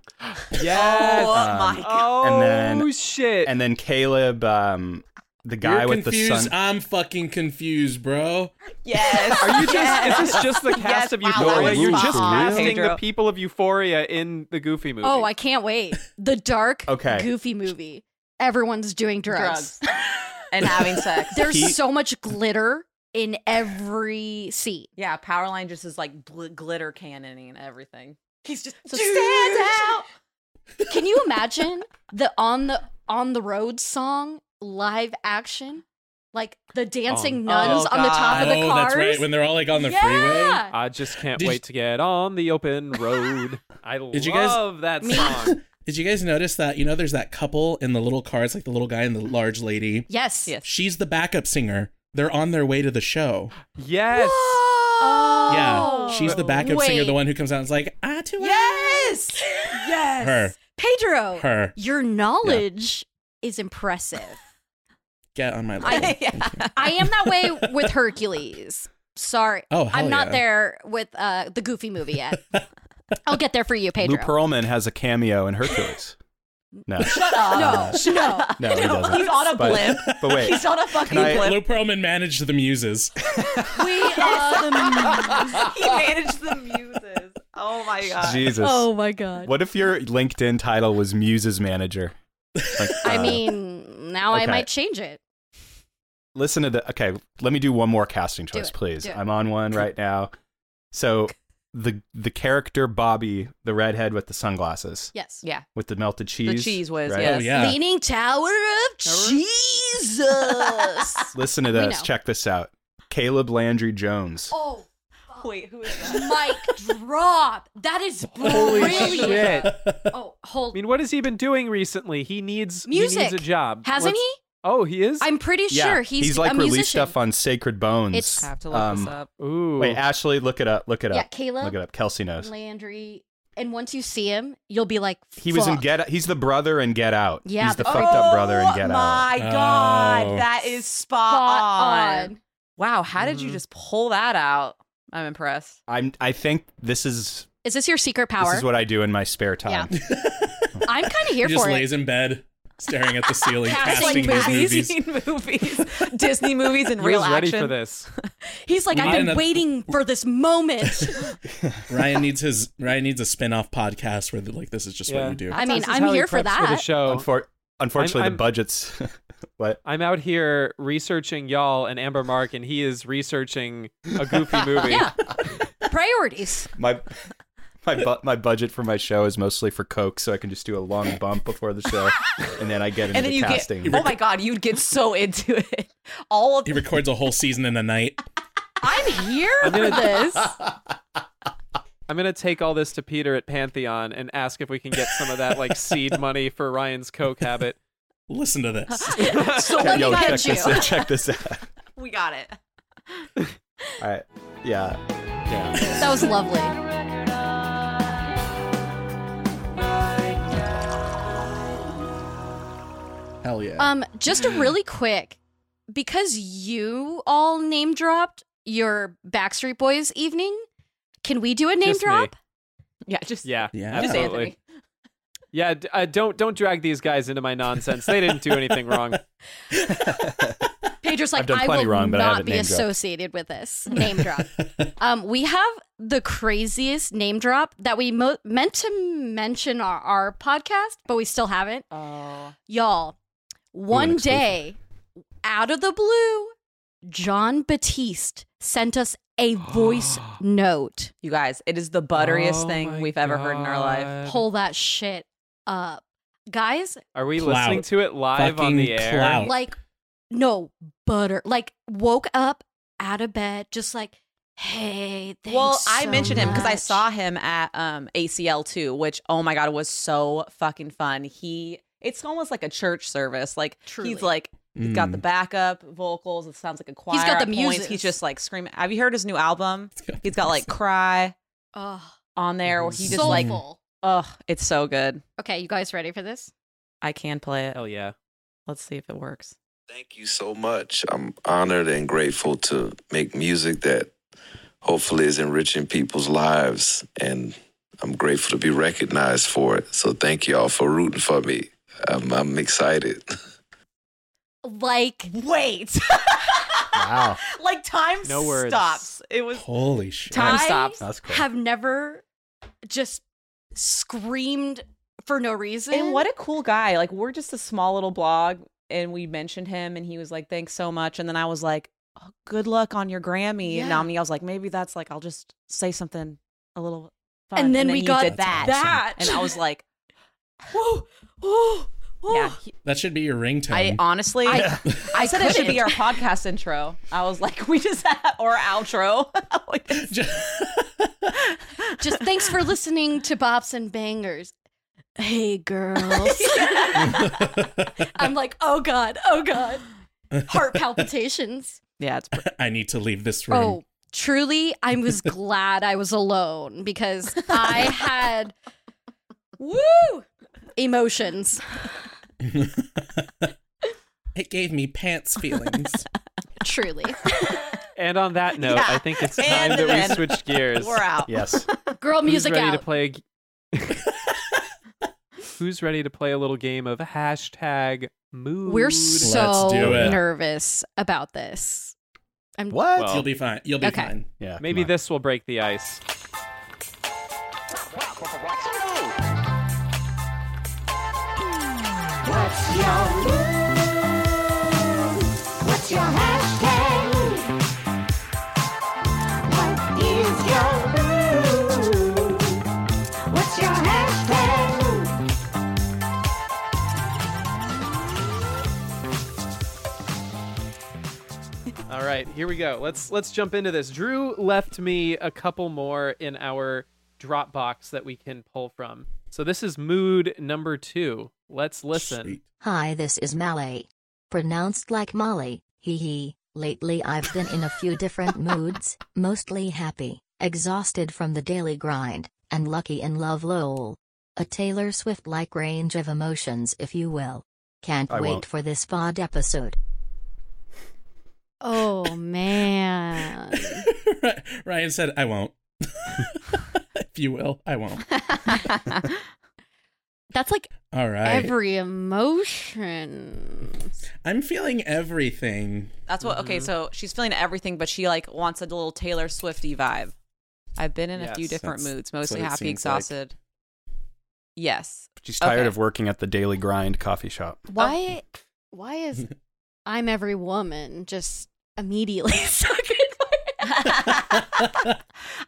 Speaker 4: Yes.
Speaker 2: Oh
Speaker 6: Um,
Speaker 2: my god.
Speaker 4: Oh
Speaker 6: And then-
Speaker 4: shit!
Speaker 6: And then Caleb, um, the guy
Speaker 3: You're
Speaker 6: with
Speaker 3: confused.
Speaker 6: the sun.
Speaker 3: I'm fucking confused, bro.
Speaker 2: Yes.
Speaker 4: Are you just?
Speaker 2: Yes.
Speaker 4: Is this just the cast
Speaker 2: Yes,
Speaker 4: of
Speaker 2: wow,
Speaker 4: Euphoria?
Speaker 6: that was
Speaker 4: You're
Speaker 6: spot
Speaker 4: just
Speaker 6: on.
Speaker 4: casting the
Speaker 2: Pedro.
Speaker 4: people of Euphoria in the Goofy movie.
Speaker 1: Oh, I can't wait. The dark,
Speaker 6: Okay.
Speaker 1: Goofy movie. Everyone's doing drugs.
Speaker 2: and having sex?
Speaker 1: There's
Speaker 6: He-
Speaker 1: so much glitter in every scene.
Speaker 2: Yeah, Powerline just is like bl- glitter cannoning and everything. He's just
Speaker 1: So
Speaker 2: Dude.
Speaker 1: stand out. Can you imagine the on the on the road song live action? Like the dancing
Speaker 4: Oh, oh,
Speaker 1: nuns on the top of the
Speaker 3: oh,
Speaker 1: cars.
Speaker 3: that's right. When they're all like on the freeway.
Speaker 1: yeah.
Speaker 4: I just can't
Speaker 3: Did
Speaker 4: wait
Speaker 3: you-
Speaker 4: to get on the open road. I
Speaker 3: Did you guys-
Speaker 4: love that
Speaker 1: Me-
Speaker 4: song.
Speaker 3: Did you guys notice that? You know, there's that couple in the little car. It's like the little guy and the large lady.
Speaker 1: Yes.
Speaker 2: Yes.
Speaker 3: She's the backup singer. They're on their way to the show.
Speaker 4: Yes.
Speaker 3: Yeah, she's the backup singer,
Speaker 1: Oh. Wait.
Speaker 3: the one who comes out and is like, "I too."
Speaker 2: Yes.
Speaker 1: Yes.
Speaker 3: Her,
Speaker 1: Pedro,
Speaker 3: her,
Speaker 1: your knowledge is impressive.
Speaker 3: get on my level.
Speaker 1: I- I am that way with Hercules. Sorry.
Speaker 3: Oh, hell
Speaker 1: I'm not
Speaker 3: yeah.
Speaker 1: there with uh, the Goofy movie yet. I'll get there for you, Pedro.
Speaker 6: Lou Pearlman has a cameo in Hercules. No,
Speaker 2: Shut up.
Speaker 1: no, no.
Speaker 6: no, he doesn't.
Speaker 2: He's on a
Speaker 6: But-
Speaker 2: blimp.
Speaker 6: But wait,
Speaker 2: He's on a fucking
Speaker 6: I-
Speaker 2: blimp.
Speaker 3: Lou Pearlman managed the muses.
Speaker 1: We uh, are the
Speaker 2: he managed the muses. Oh my god.
Speaker 6: Jesus.
Speaker 1: Oh my god.
Speaker 6: What if your LinkedIn title was Muses Manager? Like,
Speaker 1: I
Speaker 6: uh,
Speaker 1: mean, now I
Speaker 6: okay.
Speaker 1: might change it.
Speaker 6: listen to the. Okay, let me do one more casting choice,
Speaker 1: it,
Speaker 6: please.
Speaker 1: do it.
Speaker 6: I'm on one right now. So the the character Bobby, the redhead with the sunglasses,
Speaker 1: Yes.
Speaker 2: Yeah.
Speaker 6: with the melted cheese.
Speaker 2: cheese whiz,
Speaker 6: right?
Speaker 2: yes.
Speaker 3: Oh yeah,
Speaker 1: Leaning Tower of Jesus.
Speaker 6: Listen to
Speaker 1: We
Speaker 6: this.
Speaker 1: know.
Speaker 6: Check this out. Caleb Landry Jones.
Speaker 1: oh,
Speaker 2: Wait, who is that?
Speaker 1: Mike, drop. That is
Speaker 4: Holy
Speaker 1: brilliant.
Speaker 4: shit.
Speaker 1: Oh,
Speaker 4: I
Speaker 1: hold.
Speaker 4: mean, what has he been doing recently? He needs He needs
Speaker 1: Music.
Speaker 4: a job.
Speaker 1: Hasn't
Speaker 4: Let's-
Speaker 1: he?
Speaker 4: Oh, he is.
Speaker 1: I'm pretty sure he's,
Speaker 6: like
Speaker 1: a
Speaker 6: released
Speaker 1: musician.
Speaker 6: stuff on Sacred Bones.
Speaker 1: It's-
Speaker 2: I have to look
Speaker 6: Um,
Speaker 2: this up.
Speaker 4: Ooh.
Speaker 6: Wait, Ashley, look it up. Look it
Speaker 1: Yeah,
Speaker 6: up.
Speaker 1: Caleb
Speaker 6: Look it up. Kelsey knows.
Speaker 1: Landry. And once you see him, you'll be like,
Speaker 6: He was in
Speaker 1: fuck.
Speaker 6: Get Out. He's the brother in Get Out.
Speaker 1: Yeah,
Speaker 6: He's the
Speaker 1: but-
Speaker 6: fucked up brother in Get
Speaker 2: oh my
Speaker 6: Out.
Speaker 2: god,
Speaker 3: Oh.
Speaker 2: that is spot,
Speaker 1: Spot
Speaker 2: on. Wow, how did you just pull that out? I'm impressed.
Speaker 6: I'm. I think this is
Speaker 1: Is this your secret
Speaker 6: this
Speaker 1: power?
Speaker 6: is what I do in my spare time.
Speaker 1: I'm kind of
Speaker 3: he
Speaker 1: here
Speaker 3: just
Speaker 1: for
Speaker 3: lays in bed, staring at the ceiling,
Speaker 1: Casting
Speaker 3: casting these movies.
Speaker 2: movies, movies. Disney movies and
Speaker 4: He
Speaker 2: real
Speaker 4: was ready
Speaker 2: action.
Speaker 4: for this.
Speaker 1: it. He's like,
Speaker 3: We
Speaker 1: I've
Speaker 3: need
Speaker 1: been
Speaker 3: an-
Speaker 1: waiting for this moment.
Speaker 3: Ryan needs his Ryan needs a spin-off podcast where like this is just
Speaker 4: Yeah.
Speaker 3: what you do.
Speaker 1: I mean,
Speaker 4: This is
Speaker 1: I'm
Speaker 4: how he
Speaker 1: here for
Speaker 4: preps
Speaker 1: that.
Speaker 4: the show.
Speaker 6: Unfor- unfortunately,
Speaker 4: Oh. I'm- I'm-
Speaker 6: the budget's. what?
Speaker 4: I'm out here researching y'all and Amber Mark, and he is researching a goofy movie.
Speaker 1: Yeah. Priorities.
Speaker 6: My my bu- my budget for my show is mostly for Coke, so I can just do a long bump before the show, and then I get into
Speaker 2: and then you
Speaker 6: casting.
Speaker 2: get oh my god, you'd get so into it. All of
Speaker 3: He records a whole season in a night.
Speaker 1: I'm here
Speaker 4: I'm gonna-
Speaker 1: for this.
Speaker 4: I'm gonna take all this to Peter at Pantheon and ask if we can get some of that like seed money for Ryan's coke habit.
Speaker 3: Listen to this.
Speaker 1: So
Speaker 6: Check-
Speaker 1: let me
Speaker 6: yo, check
Speaker 1: get you.
Speaker 6: this. out, Check this out.
Speaker 2: we got it.
Speaker 6: All right. Yeah. Yeah.
Speaker 1: That was lovely.
Speaker 3: Hell yeah.
Speaker 1: Um, just a really quick, because you all name dropped your Backstreet Boys evening. Can we do a name
Speaker 4: Just me.
Speaker 1: drop?
Speaker 2: Yeah, just
Speaker 4: Yeah,
Speaker 3: Yeah.
Speaker 2: Just
Speaker 4: absolutely.
Speaker 2: Anthony.
Speaker 4: Yeah, d- uh, don't don't drag these guys into my nonsense. They didn't do anything wrong.
Speaker 1: Pedro's
Speaker 6: I've
Speaker 1: like,
Speaker 6: done
Speaker 1: I
Speaker 6: plenty
Speaker 1: will
Speaker 6: wrong, but I
Speaker 1: not
Speaker 6: haven't
Speaker 1: be
Speaker 6: name dropped."
Speaker 1: associated with this name drop. um, we have the craziest name drop that we mo- meant to mention on our podcast, but we still haven't.
Speaker 2: Oh.
Speaker 1: Y'all, one
Speaker 3: exclusive.
Speaker 1: day, out of the blue, John Batiste sent us a voice note.
Speaker 2: You guys, it is the
Speaker 4: Oh
Speaker 2: butteriest
Speaker 4: my
Speaker 2: thing we've ever heard in our life.
Speaker 4: God.
Speaker 1: Pull that shit up. Guys,
Speaker 4: Are we
Speaker 3: Clout.
Speaker 4: listening to it live on
Speaker 3: Fucking
Speaker 4: the air?
Speaker 3: clout.
Speaker 1: like, no butter. Like, woke up out of bed, just like, hey, thanks
Speaker 2: Well, I
Speaker 1: so
Speaker 2: mentioned him because I
Speaker 1: much.
Speaker 2: saw him at um, ACL too, which oh my god was so fucking fun. He it's almost like a church service. Like
Speaker 1: Truly.
Speaker 2: he's like He's
Speaker 4: Mm.
Speaker 2: got the backup vocals. It sounds like a choir.
Speaker 1: got the
Speaker 2: at points.
Speaker 1: muses.
Speaker 2: He's just like screaming. Have you heard his new album? He's got like cry
Speaker 1: Oh,
Speaker 2: on there where he just like,
Speaker 1: soulful.
Speaker 2: ugh, it's so good.
Speaker 1: Okay, you guys ready for this?
Speaker 2: I can play it.
Speaker 4: Hell yeah.
Speaker 2: Let's see if it works.
Speaker 7: Thank you so much. I'm honored and grateful to make music that hopefully is enriching people's lives. And I'm grateful to be recognized for it. So thank y'all for rooting for me. I'm, I'm excited.
Speaker 1: Like,
Speaker 2: Wait.
Speaker 6: Wow.
Speaker 2: like time
Speaker 4: No words.
Speaker 2: stops. It was
Speaker 3: Holy shit.
Speaker 2: Time
Speaker 1: I
Speaker 2: stops.
Speaker 6: That's cool.
Speaker 1: have never just screamed for no reason.
Speaker 2: And what a cool guy. Like we're just a small little blog and we mentioned him and he was like, Thanks so much. And then I was like, oh, good luck on your Grammy
Speaker 1: Yeah.
Speaker 2: nominee. I was like, maybe that's like I'll just say something a little fun.
Speaker 1: And then we
Speaker 2: you
Speaker 1: got
Speaker 2: did
Speaker 3: that.
Speaker 2: that. And I was like,
Speaker 1: Whoa, whoa, whoa.
Speaker 2: Yeah. he-
Speaker 3: That should be your ringtone.
Speaker 2: I honestly
Speaker 1: I-
Speaker 2: I said it should be
Speaker 1: couldn't.
Speaker 2: our podcast intro. I was like, we just had or outro. Like, it's-
Speaker 3: Just-
Speaker 1: Just thanks for listening to Bops and Bangers. Hey, girls. I'm like, oh God, oh God. Heart palpitations.
Speaker 2: yeah, it's
Speaker 3: I need to leave this room.
Speaker 1: Oh, truly, I was glad I was alone because I had woo emotions.
Speaker 3: It gave me pants feelings.
Speaker 1: Truly.
Speaker 4: And on that note, I think it's time
Speaker 2: And
Speaker 4: that
Speaker 2: then-
Speaker 4: we switch gears.
Speaker 2: we're out.
Speaker 6: yes.
Speaker 1: Girl
Speaker 4: Who's
Speaker 1: music
Speaker 4: ready
Speaker 1: out.
Speaker 4: to play? a g- Who's ready to play a little game of hashtag mood?
Speaker 1: We're
Speaker 3: do
Speaker 1: so
Speaker 3: it.
Speaker 1: nervous about this. I'm
Speaker 6: What?
Speaker 4: Well-
Speaker 3: You'll be fine. You'll be
Speaker 1: Okay.
Speaker 3: fine.
Speaker 6: yeah.
Speaker 4: Maybe
Speaker 6: come on.
Speaker 4: this will break the ice. All right, here we go. Let's let's jump into this. Drew left me a couple more in our Dropbox that we can pull from. So this is mood number 2. Let's listen.
Speaker 3: Sweet.
Speaker 8: Hi, this is Malay. Pronounced like Molly, hee hee. Lately, I've been in a few different moods, mostly happy, exhausted from the daily grind, and lucky in love, lol. A Taylor Swift like range of emotions, if you will. Can't
Speaker 6: I
Speaker 8: wait
Speaker 6: won't.
Speaker 8: for this pod episode.
Speaker 1: Oh man.
Speaker 3: Ryan said, I won't. if you will, I won't.
Speaker 1: That's like
Speaker 3: All right.
Speaker 1: every emotion.
Speaker 3: I'm feeling everything.
Speaker 2: That's what. Okay, so she's feeling everything, but she like wants a little Taylor Swifty vibe. I've been in a few
Speaker 4: Yes.
Speaker 2: different
Speaker 3: That's-
Speaker 2: moods,
Speaker 3: that's
Speaker 2: mostly
Speaker 3: what it
Speaker 2: happy,
Speaker 3: seems like.
Speaker 2: exhausted. Yes,
Speaker 6: She's tired
Speaker 2: Okay.
Speaker 6: of working at the Daily Grind coffee shop.
Speaker 1: Why
Speaker 2: Oh.
Speaker 1: why is I'm every woman just immediately stuck in my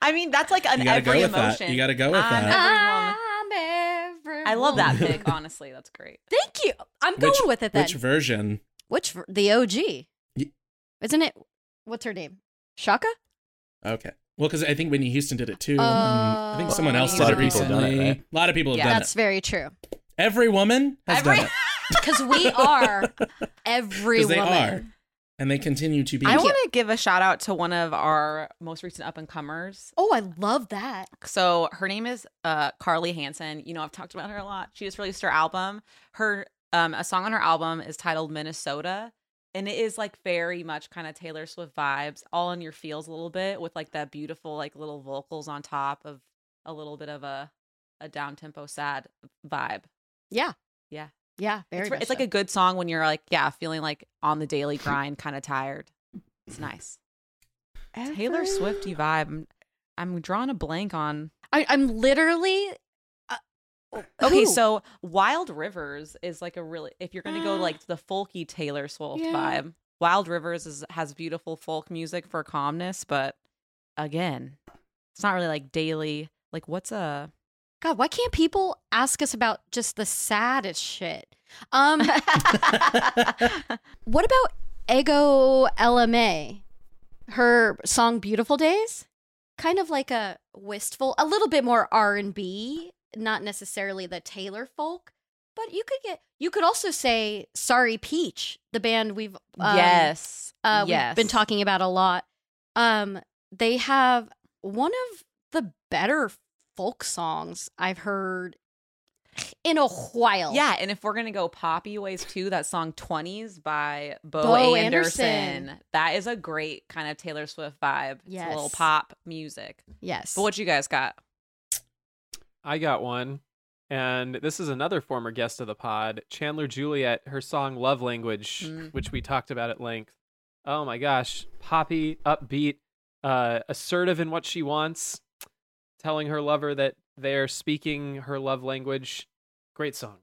Speaker 2: I mean that's like an
Speaker 3: you gotta
Speaker 2: every
Speaker 3: go with
Speaker 2: emotion.
Speaker 3: that. You gotta go with
Speaker 2: I'm
Speaker 3: that.
Speaker 2: Every
Speaker 1: I'm every
Speaker 2: I love that
Speaker 1: woman.
Speaker 2: pick. Honestly, that's great.
Speaker 1: Thank you. I'm going
Speaker 3: Which-
Speaker 1: with it then.
Speaker 3: Which version?
Speaker 1: Which ver- the OG?
Speaker 3: Ye-
Speaker 1: Isn't it? What's her name? Shaka?
Speaker 3: Okay. Well, because I think Whitney Houston did it too.
Speaker 1: Oh.
Speaker 3: I think someone else
Speaker 2: A
Speaker 3: did
Speaker 2: lot
Speaker 3: it
Speaker 2: of people have
Speaker 3: recently.
Speaker 6: done it, right?
Speaker 3: A lot of people have
Speaker 2: Yeah.
Speaker 3: done
Speaker 1: That's very true.
Speaker 3: it. Every woman has
Speaker 2: Every-
Speaker 3: done it.
Speaker 1: Because we are every
Speaker 3: 'Cause
Speaker 1: woman.
Speaker 3: they are. And they continue to be.
Speaker 2: I want to give a shout out to one of our most recent up and comers.
Speaker 1: Oh, I love that.
Speaker 2: So her name is uh, Carly Hansen. You know, I've talked about her a lot. She just released her album. Her um, a song on her album is titled Minnesota, and it is like very much kind of Taylor Swift vibes, all in your feels a little bit, with like that beautiful like little vocals on top of a little bit of a a down tempo sad vibe.
Speaker 1: Yeah.
Speaker 2: Yeah.
Speaker 1: Yeah. Very
Speaker 2: It's,
Speaker 1: much
Speaker 2: it's like
Speaker 1: so.
Speaker 2: a good song when you're like yeah, feeling like on the daily grind, kind of tired. It's nice. Taylor
Speaker 1: Every-
Speaker 2: Swifty vibe. I'm, I'm drawing a blank on
Speaker 1: I, I'm literally. Uh,
Speaker 2: Oh,
Speaker 1: who?
Speaker 2: Okay, so Wild Rivers is like a really if you're gonna go like the folky Taylor Swift
Speaker 1: Yeah.
Speaker 2: vibe. Wild Rivers is has beautiful folk music for calmness, but again, it's not really like daily. Like what's a
Speaker 1: God, why can't people ask us about just the saddest shit? Um, what about Ego LMA? Her song "Beautiful Days," kind of like a wistful, a little bit more R and B, not necessarily the Taylor folk, But you could get you could also say Sorry Peach, the band we've um,
Speaker 2: yes.
Speaker 1: uh,
Speaker 2: yes.
Speaker 1: we've been talking about a lot. Um, they have one of the better folk songs I've heard in a while.
Speaker 2: Yeah, and if we're gonna go poppy ways too, that song "20s" by Bo,
Speaker 1: Bo
Speaker 2: Anderson.
Speaker 1: Anderson.
Speaker 2: That is a great kind of Taylor Swift vibe. It's a little
Speaker 1: Yes.
Speaker 2: pop music.
Speaker 1: Yes.
Speaker 2: But what you guys got?
Speaker 4: I got one. And this is another former guest of the pod, Chandler Juliet, her song Love Language,
Speaker 2: Mm.
Speaker 4: which we talked about at length. Oh my gosh. Poppy, upbeat, uh, assertive in what she wants, telling her lover that they're speaking her love language. Great song.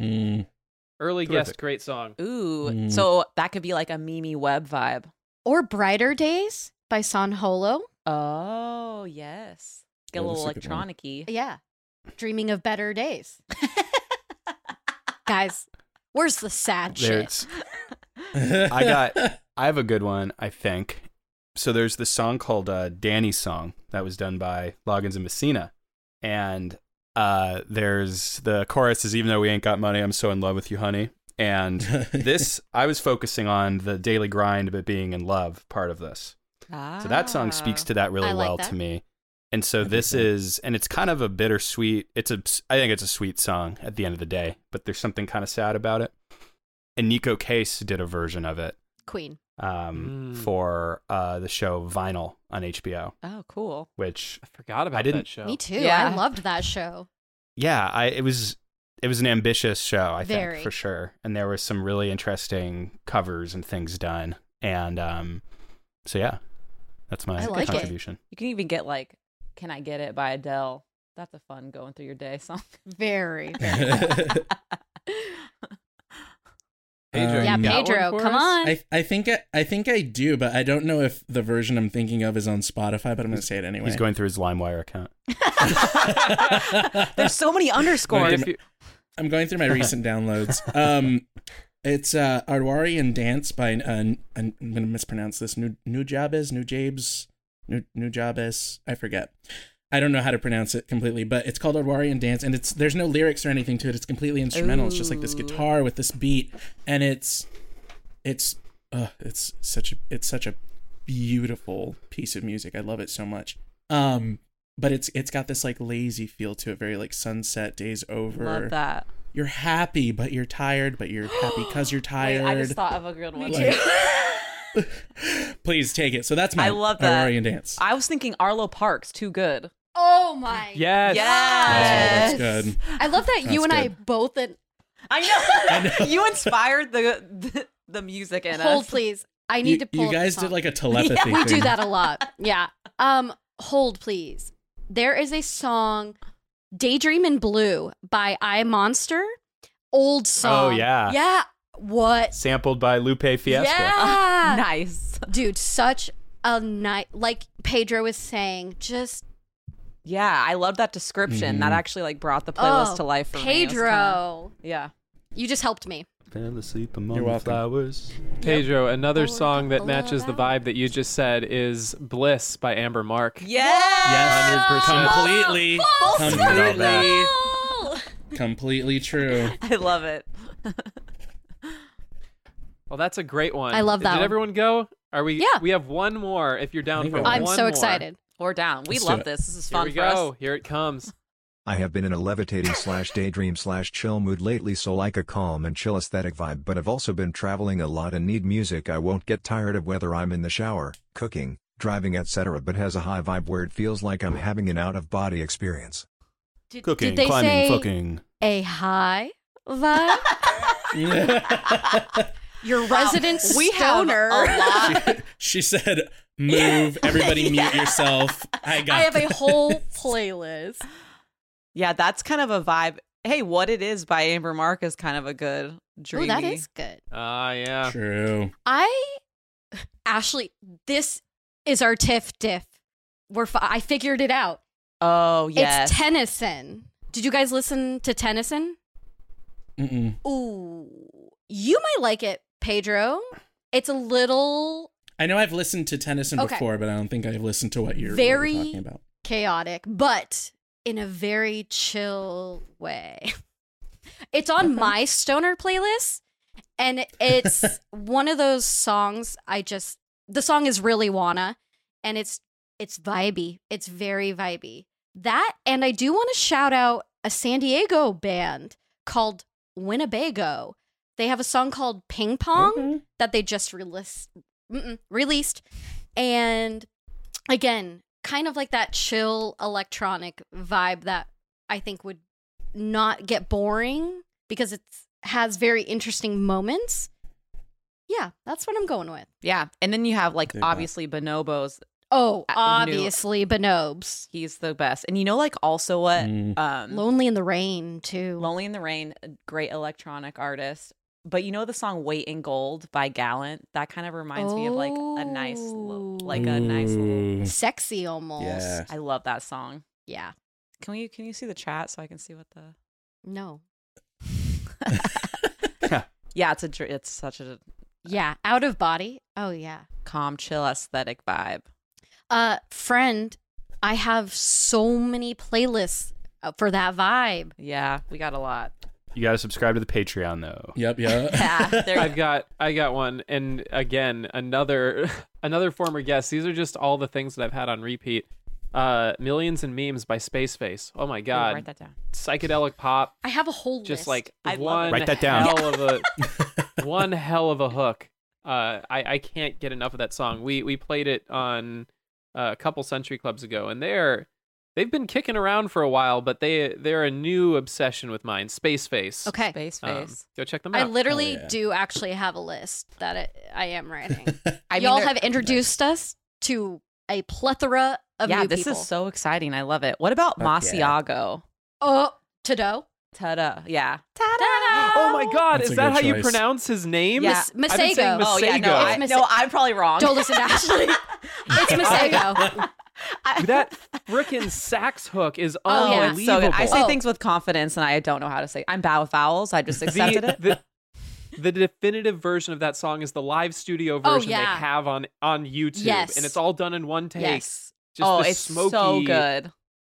Speaker 3: Mm.
Speaker 4: Early guest,
Speaker 6: Terrific.
Speaker 4: great song.
Speaker 2: Ooh,
Speaker 3: Mm.
Speaker 2: so that could be like a Mimi Webb vibe.
Speaker 1: or Brighter Days by San Holo.
Speaker 2: Oh yes, get a
Speaker 3: Oh,
Speaker 2: little
Speaker 3: that's a good one.
Speaker 2: electronicy.
Speaker 1: Yeah. Dreaming of better days. Guys, where's the sad shit?
Speaker 6: There's, I got- I have a good one, I think. So there's this song called uh, Danny's Song that was done by Loggins and Messina. And uh, there's the chorus is Even Though We Ain't Got Money, I'm So In Love With You, Honey. And this, I was focusing on the daily grind, but being in love part of this. So that song speaks to that really
Speaker 1: Ah. I like
Speaker 6: well
Speaker 1: that.
Speaker 6: to me. And so
Speaker 3: I think
Speaker 6: this
Speaker 3: so.
Speaker 6: is, and it's kind of a bittersweet. It's a, I think it's a sweet song at the end of the day, but there's something kind of sad about it. And Nico Case did a version of it
Speaker 1: Queen.
Speaker 6: um,
Speaker 4: Mm.
Speaker 6: for uh, the show Vinyl on HBO,
Speaker 2: Oh, cool.
Speaker 6: which
Speaker 4: I forgot about
Speaker 6: didn't-
Speaker 4: that show.
Speaker 1: Me too.
Speaker 2: Yeah.
Speaker 1: I loved that show.
Speaker 6: yeah, I it was it was an ambitious show, I
Speaker 1: Very.
Speaker 6: think for sure, and there was some really interesting covers and things done, and um, so yeah, that's my
Speaker 1: I like it.
Speaker 6: contribution.
Speaker 2: You can even get like "Can I Get It" by Adele. That's a fun going through your day song.
Speaker 1: Very.
Speaker 4: Pedro,
Speaker 3: Um,
Speaker 1: yeah,
Speaker 4: you got one
Speaker 1: Pedro,
Speaker 4: for
Speaker 1: come
Speaker 4: us?
Speaker 1: on.
Speaker 3: I, I think I, I think I do, but I don't know if the version I'm thinking of is on Spotify. But I'm going to say it anyway.
Speaker 6: He's going through his LimeWire account.
Speaker 2: There's so many
Speaker 4: Or
Speaker 2: underscores.
Speaker 4: if you-
Speaker 3: I'm going through my recent downloads. Um, it's uh, Ardwari and Dance by uh, n- I'm going to mispronounce this. New New Jabes, New Jabes, New New Jabes. I forget. I don't know how to pronounce it completely, but it's called Ardwari and Dance, and it's there's no lyrics or anything to it. It's completely instrumental. It's just like this
Speaker 2: Ooh.
Speaker 3: guitar with this beat, and it's it's uh, it's such a it's such a beautiful piece of music. I love it so much. Um, but it's it's got this like lazy feel to it, very like sunset, days over
Speaker 2: Love that.
Speaker 3: you're happy, but you're tired, but you're happy because you're
Speaker 2: Wait,
Speaker 3: tired.
Speaker 2: I just thought of a good one.
Speaker 3: Like- Please take it. So that's my
Speaker 2: I love that.
Speaker 3: Aurorian dance.
Speaker 2: I was thinking Arlo Parks, too good.
Speaker 1: oh my.
Speaker 4: Yes.
Speaker 3: That's-
Speaker 2: Yes.
Speaker 3: that's good.
Speaker 1: I love that you and
Speaker 3: That's
Speaker 1: I both in-
Speaker 2: I know. you inspired the, the the music in
Speaker 1: hold
Speaker 2: us.
Speaker 1: please. I need
Speaker 3: you,
Speaker 1: to pull
Speaker 3: you
Speaker 1: up the
Speaker 3: guys
Speaker 1: song.
Speaker 3: did like a telepathy.
Speaker 1: We do
Speaker 3: thing.
Speaker 1: that a lot. Yeah. Um hold please. There is a song Daydream in Blue by I Monster.
Speaker 3: Oh,
Speaker 1: Old song.
Speaker 6: yeah.
Speaker 1: Yeah. What?
Speaker 6: Sampled by Lupe Fiasco.
Speaker 1: Yeah.
Speaker 2: Nice.
Speaker 1: dude such a night like pedro was saying just
Speaker 2: Yeah, I love that description. That
Speaker 3: Mhm.
Speaker 2: actually like brought the playlist
Speaker 1: oh,
Speaker 2: to life for me. It was
Speaker 1: pedro
Speaker 2: kinda- yeah.
Speaker 1: you just helped me
Speaker 6: Fell asleep among
Speaker 3: You're
Speaker 6: the
Speaker 3: welcome.
Speaker 6: flowers.
Speaker 4: Pedro, another
Speaker 1: Or
Speaker 4: song that
Speaker 1: all
Speaker 4: matches the
Speaker 1: about-
Speaker 4: vibe that you just said is Bliss by Amber Mark.
Speaker 2: Yes.
Speaker 4: 100%.
Speaker 3: completely,
Speaker 1: Full
Speaker 3: completely,
Speaker 1: circle!
Speaker 3: completely true.
Speaker 2: I love it.
Speaker 4: Well, that's a great one.
Speaker 1: I love that
Speaker 4: Did
Speaker 1: one.
Speaker 4: everyone go? Are we?
Speaker 1: Yeah.
Speaker 4: We have one more. If you're down
Speaker 3: I
Speaker 4: for
Speaker 3: think I
Speaker 4: one
Speaker 1: i'm so
Speaker 4: more.
Speaker 1: excited
Speaker 2: We're down. We
Speaker 3: Let's do
Speaker 2: love
Speaker 3: it.
Speaker 2: this. This is
Speaker 4: Here
Speaker 2: fun
Speaker 4: we
Speaker 2: for
Speaker 4: go.
Speaker 2: us.
Speaker 4: Here it comes.
Speaker 9: I have been in a levitating slash daydream slash chill mood lately, so like a calm and chill aesthetic vibe, but I've also been traveling a lot and need music I won't get tired of whether I'm in the shower, cooking, driving, etc., but has a high vibe where it feels like I'm having an out of body experience.
Speaker 1: did,
Speaker 6: Cooking,
Speaker 1: did they
Speaker 6: climbing,
Speaker 1: say
Speaker 6: fucking.
Speaker 1: a high vibe your resident
Speaker 2: We have
Speaker 1: stoner
Speaker 2: a lot
Speaker 3: she said, "Move, everybody, mute yourself." I got.
Speaker 1: i have a
Speaker 3: this."
Speaker 1: whole playlist
Speaker 2: Yeah, that's kind of a vibe. Hey, what it is by Amber Mark is kind of a good
Speaker 1: oh
Speaker 2: dreamy.
Speaker 1: that is good
Speaker 4: Ah, yeah.
Speaker 3: True.
Speaker 1: I Ashley, this is our tiff diff. We're fi- I figured it out.
Speaker 2: Oh
Speaker 1: It's
Speaker 2: yes.
Speaker 1: Tennyson. Did you guys listen to Tennyson?
Speaker 3: Mm-mm.
Speaker 1: Ooh, you might like it, Pedro. It's a little
Speaker 3: I know I've listened to Tennyson
Speaker 1: Okay.
Speaker 3: before, but I don't think I've listened to what you're, what you're
Speaker 1: Very-
Speaker 3: talking about.
Speaker 1: chaotic, but in a very chill way. It's on my stoner playlist, and it's one of those songs I just the song is really wanna, and it's it's vibey. It's very vibey. That and I do want to shout out a San Diego band called Winnebago. They have a song called Ping Pong that they just released mm-mm, released and again kind of like that chill electronic vibe that i think would not get boring because it has very interesting moments yeah that's what i'm going with
Speaker 2: Yeah. And then you have like
Speaker 3: Big Bop.
Speaker 2: obviously Bonobos.
Speaker 1: oh
Speaker 2: At new-
Speaker 1: obviously bonobs
Speaker 2: He's the best. And you know like also what
Speaker 3: Mm.
Speaker 2: um
Speaker 1: lonely in the rain too
Speaker 2: Lonely in the Rain, a great electronic artist. But you know the song "Wait in Gold" by Gallant. That kind of reminds me of like a nice, lo- like a nice. Little,
Speaker 3: Ooh.
Speaker 1: sexy almost
Speaker 3: Yeah.
Speaker 2: I love that song.
Speaker 1: yeah.
Speaker 2: Can we? Can you see the chat so I can see what the?
Speaker 1: no
Speaker 2: Yeah, it's a. dr- It's such a
Speaker 1: yeah out of body oh yeah
Speaker 2: calm, chill aesthetic vibe.
Speaker 1: uh friend i have so many playlists uh, for that vibe
Speaker 2: Yeah, we got a lot.
Speaker 6: You gotta subscribe to the Patreon though.
Speaker 3: Yep, yeah.
Speaker 2: Yeah, there-
Speaker 4: I've got I got one, and again another another former guest. These are just all the things that I've had on repeat. Uh, millions and memes by Space Face. Oh my
Speaker 2: Ooh,
Speaker 4: god,
Speaker 2: write that down.
Speaker 4: psychedelic pop.
Speaker 1: i have a whole
Speaker 4: Just
Speaker 1: list.
Speaker 4: like
Speaker 2: I love it.
Speaker 4: one
Speaker 6: Write that down.
Speaker 4: hell of a one hell of a hook. Uh, I I can't get enough of that song. We we played it on uh, a couple Century Clubs ago, and they're they've been kicking around for a while, but they they're a new obsession with mine. Space Face.
Speaker 1: okay
Speaker 2: Space
Speaker 4: Um,
Speaker 2: face.
Speaker 4: go check them out.
Speaker 1: I literally
Speaker 3: Hell yeah.
Speaker 1: do actually have a list that it, I am writing.
Speaker 2: I mean,
Speaker 1: Y'all
Speaker 2: there-
Speaker 1: have introduced us to a plethora of
Speaker 2: yeah,
Speaker 1: new
Speaker 2: this
Speaker 1: people.
Speaker 2: is so exciting. I love it. What about
Speaker 3: Fuck yeah.
Speaker 2: Masiago?
Speaker 1: oh, Tado.
Speaker 2: Ta-da! Yeah,
Speaker 4: Oh my god,
Speaker 3: That's
Speaker 4: is
Speaker 3: a
Speaker 4: that how
Speaker 3: good
Speaker 4: you
Speaker 3: choice.
Speaker 4: pronounce his name?
Speaker 2: Yeah.
Speaker 1: Mis-
Speaker 4: I've been saying
Speaker 1: Masego.
Speaker 2: Oh yeah, no,
Speaker 4: Masego.
Speaker 2: I,
Speaker 1: It's Mase-
Speaker 2: no, I'm probably wrong.
Speaker 1: Don't listen to Ashley. it's Masego.
Speaker 4: that frickin' sax hook is
Speaker 1: Oh, yeah.
Speaker 4: unbelievable.
Speaker 2: So good. I say
Speaker 1: Oh.
Speaker 2: things with confidence, and I don't know how to say. I'm bad with vowels. I just accepted
Speaker 4: the,
Speaker 2: it.
Speaker 4: the, the definitive version of that song is the live studio
Speaker 1: Oh,
Speaker 4: version
Speaker 1: yeah.
Speaker 4: they have on on YouTube,
Speaker 1: Yes.
Speaker 4: and it's all done in one take.
Speaker 1: yes.
Speaker 4: Just
Speaker 2: oh,
Speaker 4: the
Speaker 2: it's
Speaker 4: smoky,
Speaker 2: so good.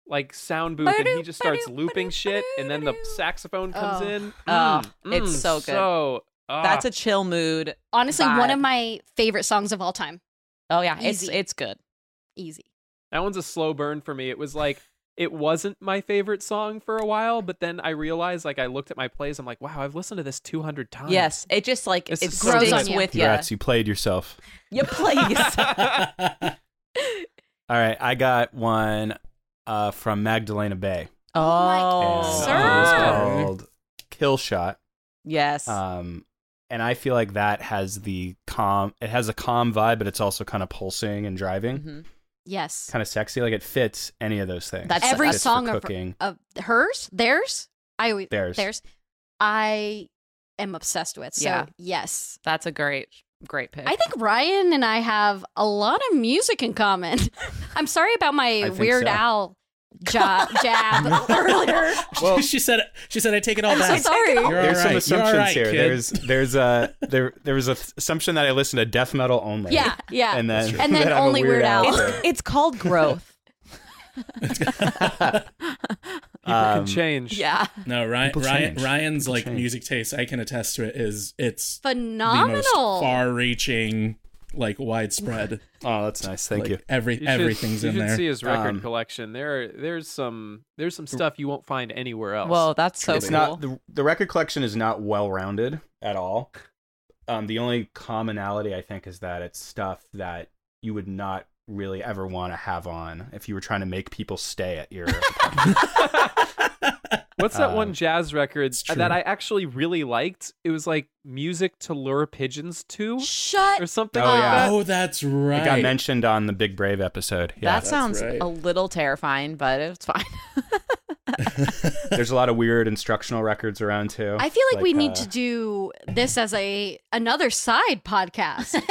Speaker 4: like sound booth, and he
Speaker 1: Ba-doo,
Speaker 4: just starts
Speaker 1: ba-doo,
Speaker 4: looping
Speaker 1: ba-doo,
Speaker 4: shit, and then the
Speaker 1: ba-doo.
Speaker 4: saxophone comes
Speaker 1: Oh.
Speaker 4: in.
Speaker 2: Oh,
Speaker 4: Mm,
Speaker 2: it's
Speaker 4: mm,
Speaker 2: so good.
Speaker 4: So ah.
Speaker 2: That's a chill mood.
Speaker 1: Honestly, one
Speaker 2: Vibe.
Speaker 1: of my favorite songs of all time.
Speaker 2: Oh yeah, it's
Speaker 1: Easy.
Speaker 2: it's good.
Speaker 1: Easy.
Speaker 4: That one's a slow burn for me. It was like it wasn't my favorite song for a while, but then I realized like I looked at my plays, I'm like, wow, I've listened to this 200 times.
Speaker 2: Yes, it just like
Speaker 4: This
Speaker 2: it
Speaker 4: is so
Speaker 1: good.
Speaker 2: grows sticks with you.
Speaker 6: Congrats, you played yourself.
Speaker 2: Yeah, please.
Speaker 6: All right, I got one uh, from Magdalena Bay.
Speaker 2: oh,
Speaker 6: And
Speaker 1: Sir.
Speaker 6: It was called Kill Shot.
Speaker 2: yes.
Speaker 6: Um, and I feel like that has the calm. It has a calm vibe, but it's also kind of pulsing and driving,
Speaker 1: Mm-hmm.
Speaker 2: Mhm.
Speaker 1: Yes.
Speaker 6: kind of sexy. Like it fits any of those things.
Speaker 2: That's-
Speaker 1: Every
Speaker 6: Fits for
Speaker 1: song of,
Speaker 6: cooking.
Speaker 1: of hers, theirs, I always
Speaker 6: Theirs.
Speaker 1: theirs. I am obsessed with. So
Speaker 2: Yeah.
Speaker 1: yes.
Speaker 2: That's a great great pick.
Speaker 1: I think Ryan and I have a lot of music in common. I'm sorry about my
Speaker 6: think
Speaker 1: Weird
Speaker 6: so.
Speaker 1: Al ja- jab earlier.
Speaker 6: Well-
Speaker 3: she said. She said, "I take it all
Speaker 1: I'm so
Speaker 3: back."
Speaker 1: sorry.
Speaker 3: You're all right.
Speaker 6: there's some
Speaker 3: You're all
Speaker 6: assumptions
Speaker 3: right,
Speaker 6: here.
Speaker 3: kid.
Speaker 6: There's there's a there there was a th- assumption that I listened to death metal only.
Speaker 1: Yeah, yeah.
Speaker 6: and then
Speaker 1: And then
Speaker 6: that I'm a
Speaker 1: only Weird Al.
Speaker 6: fan.
Speaker 2: it's called growth.
Speaker 4: People can
Speaker 6: Um,
Speaker 4: change.
Speaker 2: yeah.
Speaker 3: no Ryan.
Speaker 6: People
Speaker 3: Ryan
Speaker 6: change.
Speaker 3: Ryan's
Speaker 6: People
Speaker 3: like
Speaker 6: change.
Speaker 3: music taste. I can attest to it. Is it's the most
Speaker 1: Phenomenal.
Speaker 3: far-reaching, like widespread.
Speaker 6: Oh, that's nice. Thank
Speaker 3: like,
Speaker 6: you.
Speaker 3: Every
Speaker 4: You should-
Speaker 3: everything's
Speaker 4: you
Speaker 3: in
Speaker 4: should
Speaker 3: there.
Speaker 4: see his record
Speaker 6: Um,
Speaker 4: collection. There, there's some, there's some stuff you won't find anywhere else.
Speaker 2: Whoa, that's so
Speaker 6: it's
Speaker 2: cool.
Speaker 6: not the, the record collection is not well rounded at all. Um, the only commonality I think is that it's stuff that you would not really ever want to have on if you were trying to make people stay at your.
Speaker 4: What's that
Speaker 6: Uh,
Speaker 4: one jazz record
Speaker 3: it's
Speaker 4: that
Speaker 3: true.
Speaker 4: I actually really liked? It was like music to lure pigeons to,
Speaker 1: Shut
Speaker 4: or something.
Speaker 6: Oh,
Speaker 4: like
Speaker 6: yeah.
Speaker 4: that.
Speaker 3: Oh, that's right.
Speaker 6: It got mentioned on the Big Brave episode. Yeah,
Speaker 2: that sounds
Speaker 3: right.
Speaker 2: a little terrifying, but it's fine.
Speaker 6: there's a lot of weird instructional records around too.
Speaker 1: I feel like, we need
Speaker 6: uh,
Speaker 1: to do this as a another side podcast.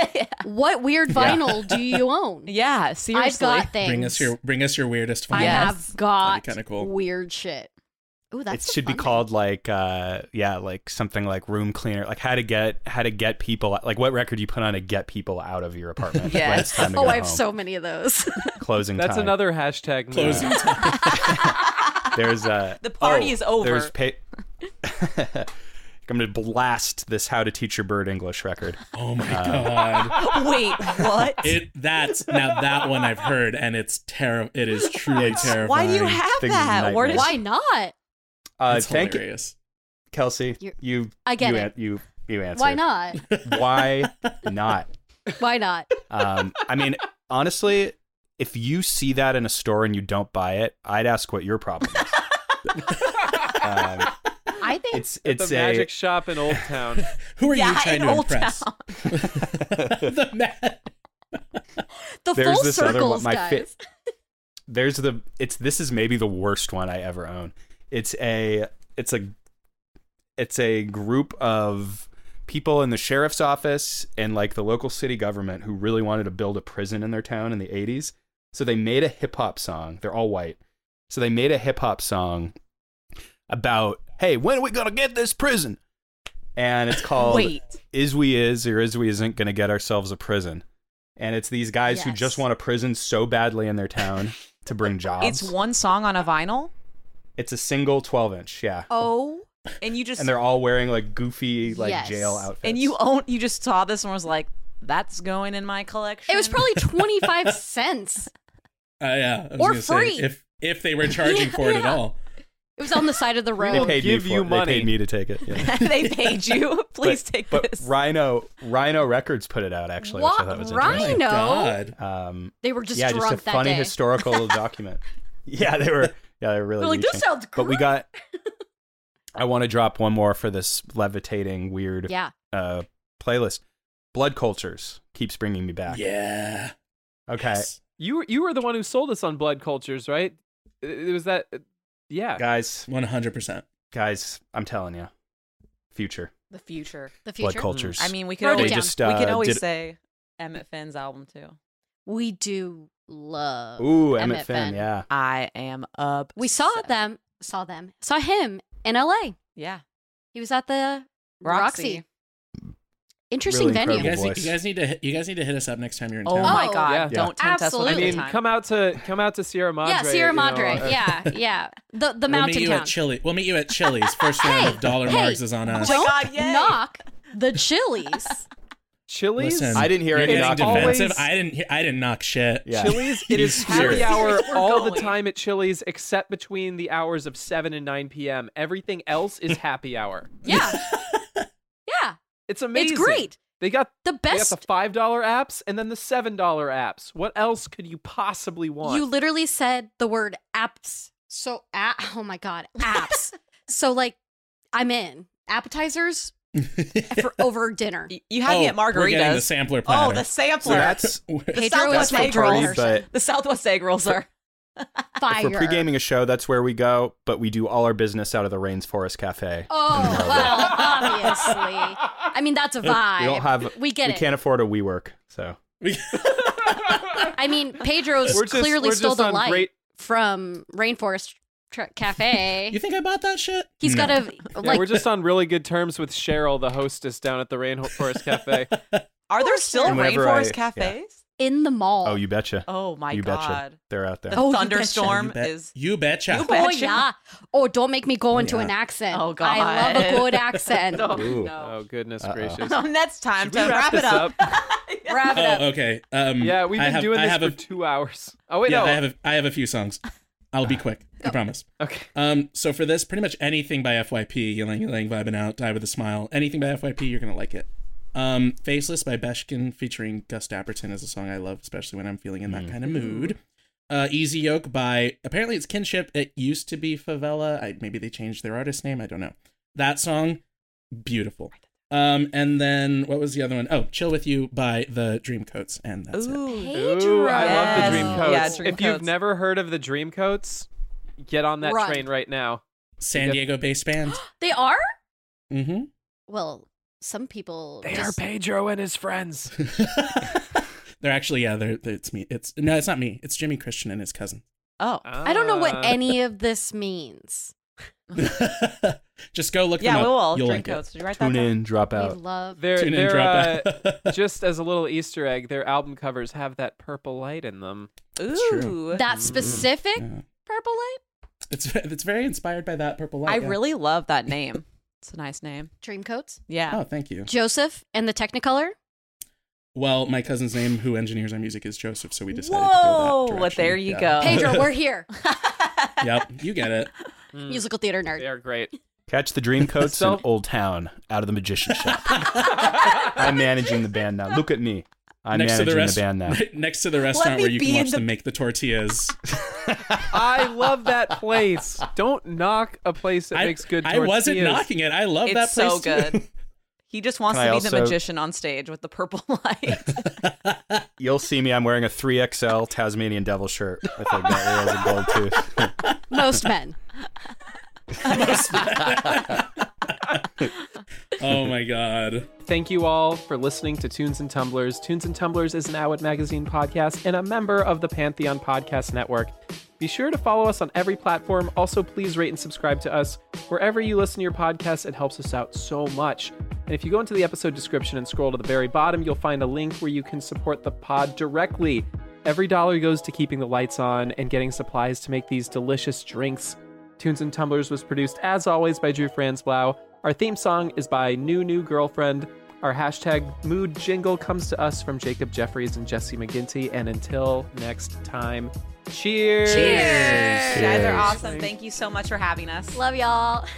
Speaker 1: What weird
Speaker 6: Yeah.
Speaker 1: vinyl do you own?
Speaker 2: yeah, seriously.
Speaker 1: I've got things.
Speaker 3: Bring us your bring us your weirdest.
Speaker 1: I
Speaker 3: find.
Speaker 2: Yes.
Speaker 1: have got
Speaker 3: That'd be kinda cool.
Speaker 1: weird shit. Ooh,
Speaker 6: it
Speaker 1: that's a
Speaker 6: should be
Speaker 1: fun
Speaker 6: called like uh yeah like something like room cleaner like how to get how to get people like what record you put on to get people out of your apartment
Speaker 2: Yes.
Speaker 6: when it's time
Speaker 1: one.
Speaker 6: to
Speaker 1: Oh,
Speaker 6: go
Speaker 1: I have
Speaker 6: home.
Speaker 1: so many of those.
Speaker 6: closing
Speaker 4: That's
Speaker 6: time.
Speaker 4: another hashtag. move.
Speaker 3: Closing time.
Speaker 6: There's a
Speaker 2: The party is over.
Speaker 6: There's pa- I'm going to blast this How to Teach Your Bird English record.
Speaker 3: Oh my
Speaker 6: Uh,
Speaker 3: god.
Speaker 2: Wait, what?
Speaker 3: It that's now that one I've heard and it's terrible. It is truly terrifying.
Speaker 2: Why do you have
Speaker 6: Things
Speaker 2: that? Where did
Speaker 6: nightmare.
Speaker 2: you-
Speaker 1: Why not?
Speaker 6: Uh,
Speaker 3: it's
Speaker 6: thank you,
Speaker 3: hilarious.
Speaker 6: Kelsey.
Speaker 1: You're-
Speaker 6: You,
Speaker 1: I get
Speaker 6: you,
Speaker 1: it.
Speaker 6: an- you, you answer.
Speaker 1: Why not?
Speaker 6: Why not?
Speaker 1: Why not?
Speaker 6: Um, I mean, honestly, if you see that in a store and you don't buy it, I'd ask what your problem is. um,
Speaker 1: I think
Speaker 6: it's it's
Speaker 4: the
Speaker 6: a
Speaker 4: magic shop in Old Town.
Speaker 3: Who are
Speaker 2: Yeah,
Speaker 3: you trying
Speaker 2: in
Speaker 3: to
Speaker 2: Old
Speaker 3: impress?
Speaker 2: Town.
Speaker 3: the Uh, man.
Speaker 1: the
Speaker 6: there's
Speaker 1: full
Speaker 6: this other one.
Speaker 1: circles,
Speaker 6: My
Speaker 1: guys.
Speaker 6: fit. There's the it's this is maybe the worst one I ever own. It's a it's a it's a group of people in the sheriff's office and like the local city government who really wanted to build a prison in their town in the 80s. So they made a hip hop song. They're all white. So they made a hip hop song about, "Hey, when are we going to get this prison?" And it's called
Speaker 2: Wait.
Speaker 6: is we is or is we isn't going to get ourselves a prison. And it's these guys who
Speaker 1: Yes.
Speaker 6: just want a prison so badly in their town to bring jobs.
Speaker 2: It's one song on a vinyl,
Speaker 6: It's a single 12 inch, yeah.
Speaker 1: Oh,
Speaker 2: and you just
Speaker 6: And they're all wearing like goofy like
Speaker 1: Yes.
Speaker 6: jail outfits.
Speaker 2: and you own you just saw this and was like, "That's going in my collection."
Speaker 1: it was probably twenty five cents.
Speaker 3: Uh, yeah, I was
Speaker 1: Or
Speaker 3: gonna say,
Speaker 1: free.
Speaker 3: if if they were
Speaker 1: Yeah,
Speaker 3: charging for it at
Speaker 1: yeah.
Speaker 3: all.
Speaker 1: It was on the side of the
Speaker 4: We
Speaker 6: they
Speaker 4: will
Speaker 1: road.
Speaker 6: paid
Speaker 4: give
Speaker 6: me for
Speaker 4: you
Speaker 6: it. They
Speaker 4: money.
Speaker 6: paid me to take it. yeah.
Speaker 2: they paid you. Please
Speaker 6: But-
Speaker 2: take
Speaker 6: but
Speaker 2: this.
Speaker 6: Rhino Rhino Records put it out actually, which I thought was
Speaker 1: Wha-
Speaker 6: interesting.
Speaker 3: My
Speaker 1: Rhino?
Speaker 3: God.
Speaker 4: Uh,
Speaker 6: Um,
Speaker 1: They were just
Speaker 6: yeah,
Speaker 1: drunk
Speaker 6: just a
Speaker 1: that
Speaker 6: funny
Speaker 1: day.
Speaker 6: historical document. Yeah, they were. Yeah, they were really.
Speaker 1: They're like, "This
Speaker 6: reaching."
Speaker 1: sounds
Speaker 6: But we
Speaker 1: great.
Speaker 6: got. I want to drop one more for this levitating weird
Speaker 1: Yeah.
Speaker 6: uh, playlist. Blood Cultures keeps bringing me back.
Speaker 3: Yeah.
Speaker 6: Okay,
Speaker 3: Yes.
Speaker 4: You were you were the one who sold us on Blood Cultures, right? It it was that. uh, Yeah.
Speaker 6: guys,
Speaker 3: One hundred percent.
Speaker 6: guys, I'm telling you, future,
Speaker 2: the future. Mm-hmm.
Speaker 1: The
Speaker 6: Blood
Speaker 1: future.
Speaker 6: Cultures.
Speaker 2: I mean, we
Speaker 1: Wrote
Speaker 2: could
Speaker 1: it
Speaker 2: always,
Speaker 6: they
Speaker 1: down.
Speaker 6: just uh,
Speaker 2: we could always
Speaker 6: did-
Speaker 2: say Emmett Finn's album too.
Speaker 1: We do love.
Speaker 6: Ooh, Emmett,
Speaker 1: Emmett
Speaker 6: Finn,
Speaker 1: Finn.
Speaker 6: Yeah,
Speaker 2: I am up.
Speaker 1: We saw them. Saw them. Saw him in L.A.
Speaker 2: Yeah,
Speaker 1: He was at the Roxy.
Speaker 2: Roxy.
Speaker 1: Interesting
Speaker 6: Really
Speaker 3: You
Speaker 1: venue.
Speaker 6: incredible.
Speaker 3: guys,
Speaker 6: voice.
Speaker 3: you guys need to hit- you guys need to hit us up next time you're in
Speaker 2: Oh
Speaker 3: town.
Speaker 2: my
Speaker 1: Oh,
Speaker 2: god!
Speaker 4: yeah.
Speaker 2: Don't tempt
Speaker 4: I
Speaker 2: us with
Speaker 1: Absolutely.
Speaker 4: mean,
Speaker 2: time.
Speaker 4: come out to come out to Sierra Madre.
Speaker 1: yeah, Sierra
Speaker 4: you know,
Speaker 1: Madre.
Speaker 4: uh,
Speaker 1: yeah, yeah. The the
Speaker 3: we'll
Speaker 1: mountain
Speaker 3: meet you
Speaker 1: town.
Speaker 3: at Chili. We'll meet you at Chili's. First round
Speaker 1: Hey,
Speaker 3: of dollar
Speaker 1: hey,
Speaker 3: marks is on us.
Speaker 2: Oh my
Speaker 1: Don't
Speaker 2: God, yay.
Speaker 1: knock the Chili's.
Speaker 4: Chili's.
Speaker 3: Listen,
Speaker 6: I didn't hear
Speaker 3: you're
Speaker 6: any
Speaker 3: getting
Speaker 6: knock.
Speaker 3: defensive.
Speaker 4: Always-
Speaker 3: I didn't. Hear, I didn't knock shit.
Speaker 6: yeah.
Speaker 4: Chili's. It
Speaker 3: You
Speaker 4: is happy
Speaker 3: serious?
Speaker 4: hour
Speaker 2: We're
Speaker 4: all the
Speaker 2: going.
Speaker 4: time at Chili's, except between the hours of seven and nine p.m. Everything else is happy hour.
Speaker 1: Yeah, yeah.
Speaker 4: It's amazing.
Speaker 1: It's great.
Speaker 4: They got
Speaker 1: The
Speaker 4: They got
Speaker 1: best.
Speaker 4: the five dollar apps and then the seven dollar apps. What else could you possibly want?
Speaker 1: You literally said the word apps. So, a- oh my god, apps. so like, I'm in appetizers for over dinner.
Speaker 2: Y- you had me
Speaker 3: Oh,
Speaker 2: at
Speaker 3: We're getting the
Speaker 2: margaritas.
Speaker 3: sampler
Speaker 2: oh,
Speaker 3: platter.
Speaker 2: the
Speaker 6: So
Speaker 2: sampler.
Speaker 6: that's
Speaker 2: the
Speaker 1: Pedro
Speaker 2: Southwest
Speaker 1: was my
Speaker 6: my
Speaker 2: egg
Speaker 6: party,
Speaker 1: drawer.
Speaker 2: rolls.
Speaker 6: but
Speaker 2: The Southwest egg rolls are.
Speaker 1: Fire.
Speaker 6: for pre-gaming a show, that's where we go. But we do all our business out of the Rains Forest Cafe.
Speaker 1: Oh well, obviously. I mean, that's a vibe.
Speaker 6: we don't have.
Speaker 1: We get
Speaker 6: we
Speaker 1: it.
Speaker 6: can't afford a WeWork, so
Speaker 1: I mean, Pedro's
Speaker 4: We're just-
Speaker 1: clearly
Speaker 4: we're
Speaker 1: stole
Speaker 4: just
Speaker 1: the
Speaker 4: on
Speaker 1: light
Speaker 4: great-
Speaker 1: from Rainforest tr- Cafe.
Speaker 3: you think I bought that shit?
Speaker 1: He's
Speaker 3: No.
Speaker 1: got a
Speaker 4: yeah,
Speaker 1: like.
Speaker 4: we're just on really good terms with Cheryl, the hostess down at the Rainforest Cafe.
Speaker 2: Are there still
Speaker 6: And whenever
Speaker 2: rainforest
Speaker 6: I-
Speaker 2: cafes?
Speaker 1: in the mall.
Speaker 6: oh, you betcha,
Speaker 2: Oh my
Speaker 6: you betcha,
Speaker 2: god!
Speaker 6: they're out there.
Speaker 2: The
Speaker 1: Oh, you betcha.
Speaker 2: thunderstorm
Speaker 3: you bet-
Speaker 2: is.
Speaker 3: You betcha.
Speaker 2: You bet-
Speaker 1: Oh
Speaker 2: Gotcha.
Speaker 1: yeah. Oh, don't make me go into
Speaker 3: Yeah.
Speaker 1: an accent.
Speaker 2: Oh,
Speaker 1: I love a
Speaker 2: God.
Speaker 1: good accent.
Speaker 2: Oh,
Speaker 6: Ooh.
Speaker 2: no.
Speaker 4: Oh goodness
Speaker 6: Uh-oh.
Speaker 4: gracious!
Speaker 2: That's time
Speaker 4: Should
Speaker 2: to
Speaker 4: we wrap
Speaker 2: wrap,
Speaker 4: this
Speaker 2: it up.
Speaker 1: Wrap it up.
Speaker 3: Oh, okay. Um,
Speaker 4: Yeah, we've
Speaker 3: I
Speaker 4: been
Speaker 3: have-
Speaker 4: doing
Speaker 3: I
Speaker 4: this
Speaker 3: have
Speaker 4: for
Speaker 3: a-
Speaker 4: two hours. Oh wait,
Speaker 3: yeah,
Speaker 4: no.
Speaker 3: I have a, I have a few songs. I'll be quick. I promise.
Speaker 4: okay.
Speaker 3: Um, so for this, pretty much anything by FYP, yelling, yelling, vibing out, die with a smile. Anything by FYP, you're gonna like it. Um, Faceless by Beshkin featuring Gus Dapperton is a song I love, especially when I'm feeling in that kind of mood. Uh, Easy Yoke by apparently it's Kinship. It used to be Favela. I, maybe they changed their artist name. I don't know. That song, beautiful. Um, and then what was the other one? Oh, Chill with You by the Dreamcoats, and that's it.
Speaker 4: Ooh, I love the
Speaker 2: Yes.
Speaker 4: Dreamcoats.
Speaker 2: Yeah,
Speaker 4: if you've
Speaker 2: Dreamcoats.
Speaker 4: never heard of the Dreamcoats, get on that
Speaker 1: Run.
Speaker 4: train right now.
Speaker 3: San
Speaker 4: Yep.
Speaker 3: Diego based band.
Speaker 1: They are?
Speaker 3: hmm
Speaker 1: Well, some people
Speaker 4: They are
Speaker 1: just-
Speaker 4: Pedro and his friends.
Speaker 3: they're actually yeah. They're, they're- it's me. It's no, it's not me. It's Jimmy Christian and his cousin.
Speaker 2: Oh,
Speaker 1: I don't know
Speaker 4: Ah.
Speaker 1: what any of this means.
Speaker 3: Just go look.
Speaker 2: yeah,
Speaker 3: them
Speaker 2: we
Speaker 3: up.
Speaker 2: will.
Speaker 3: You'll
Speaker 2: Drink
Speaker 3: like
Speaker 2: coats. Did you write that
Speaker 6: Tune
Speaker 2: down?
Speaker 6: in, drop
Speaker 1: We
Speaker 6: out.
Speaker 1: love
Speaker 4: They're,
Speaker 3: it. Tune in,
Speaker 4: they're,
Speaker 3: drop
Speaker 4: uh,
Speaker 3: out.
Speaker 4: just as a little Easter egg, their album covers have that purple light in them.
Speaker 3: It's true.
Speaker 2: Ooh.
Speaker 1: that specific
Speaker 3: Yeah.
Speaker 1: purple light.
Speaker 3: It's it's very inspired by that purple light.
Speaker 2: I
Speaker 3: yeah.
Speaker 2: really love that name. It's a nice name.
Speaker 1: Dreamcoats,
Speaker 2: Yeah.
Speaker 3: Oh, thank you.
Speaker 1: Joseph, and the Technicolor.
Speaker 3: Well, my cousin's name, who engineers our music, is Joseph, so we decided to go
Speaker 2: Whoa,
Speaker 3: that direction.
Speaker 2: there you
Speaker 3: Yeah.
Speaker 2: go.
Speaker 1: Pedro, we're here.
Speaker 3: Yep, you get it.
Speaker 4: Mm,
Speaker 1: Musical theater nerd.
Speaker 4: they are great.
Speaker 6: Catch the Dreamcoats
Speaker 4: So-
Speaker 6: in Old Town out of the magician shop. I'm managing the band now. Look at me. I'm
Speaker 3: next to
Speaker 6: managing
Speaker 3: the,
Speaker 6: the,
Speaker 3: rest-
Speaker 6: band now.
Speaker 3: next to the restaurant
Speaker 2: me
Speaker 3: where you
Speaker 2: be
Speaker 3: can
Speaker 2: in
Speaker 3: watch
Speaker 2: the-
Speaker 3: them make the tortillas.
Speaker 4: I love that place. Don't knock a place that
Speaker 3: I,
Speaker 4: makes good
Speaker 3: I
Speaker 4: tortillas.
Speaker 3: wasn't knocking it. I love
Speaker 2: It's
Speaker 3: that
Speaker 2: so
Speaker 3: place. too.
Speaker 2: He just wants
Speaker 6: Can
Speaker 2: to be
Speaker 6: I
Speaker 2: the
Speaker 6: also-
Speaker 2: magician on stage with the purple light.
Speaker 6: You'll see me. I'm wearing a 3XL Tasmanian Devil shirt. I think that was a gold tooth.
Speaker 1: Most men.
Speaker 3: oh my god.
Speaker 4: Thank you all for listening to Tunes and Tumblers. Tunes and Tumblers is an Outwit Magazine podcast and a member of the Pantheon Podcast Network. Be sure to follow us on every platform. Also, please rate and subscribe to us wherever you listen to your podcast. It helps us out so much. And if you go into the episode description and scroll to the very bottom, you'll find a link where you can support the pod directly. Every dollar goes to keeping the lights on and getting supplies to make these delicious drinks. Tunes and Tumblers was produced, as always, by Drew Franzblau. Our theme song is by New New Girlfriend. Our hashtag mood jingle comes to us from Jacob Jeffries and Jesse McGinty. And until next time, cheers!
Speaker 2: You guys are awesome. Thank you so much for having us.
Speaker 1: Love y'all.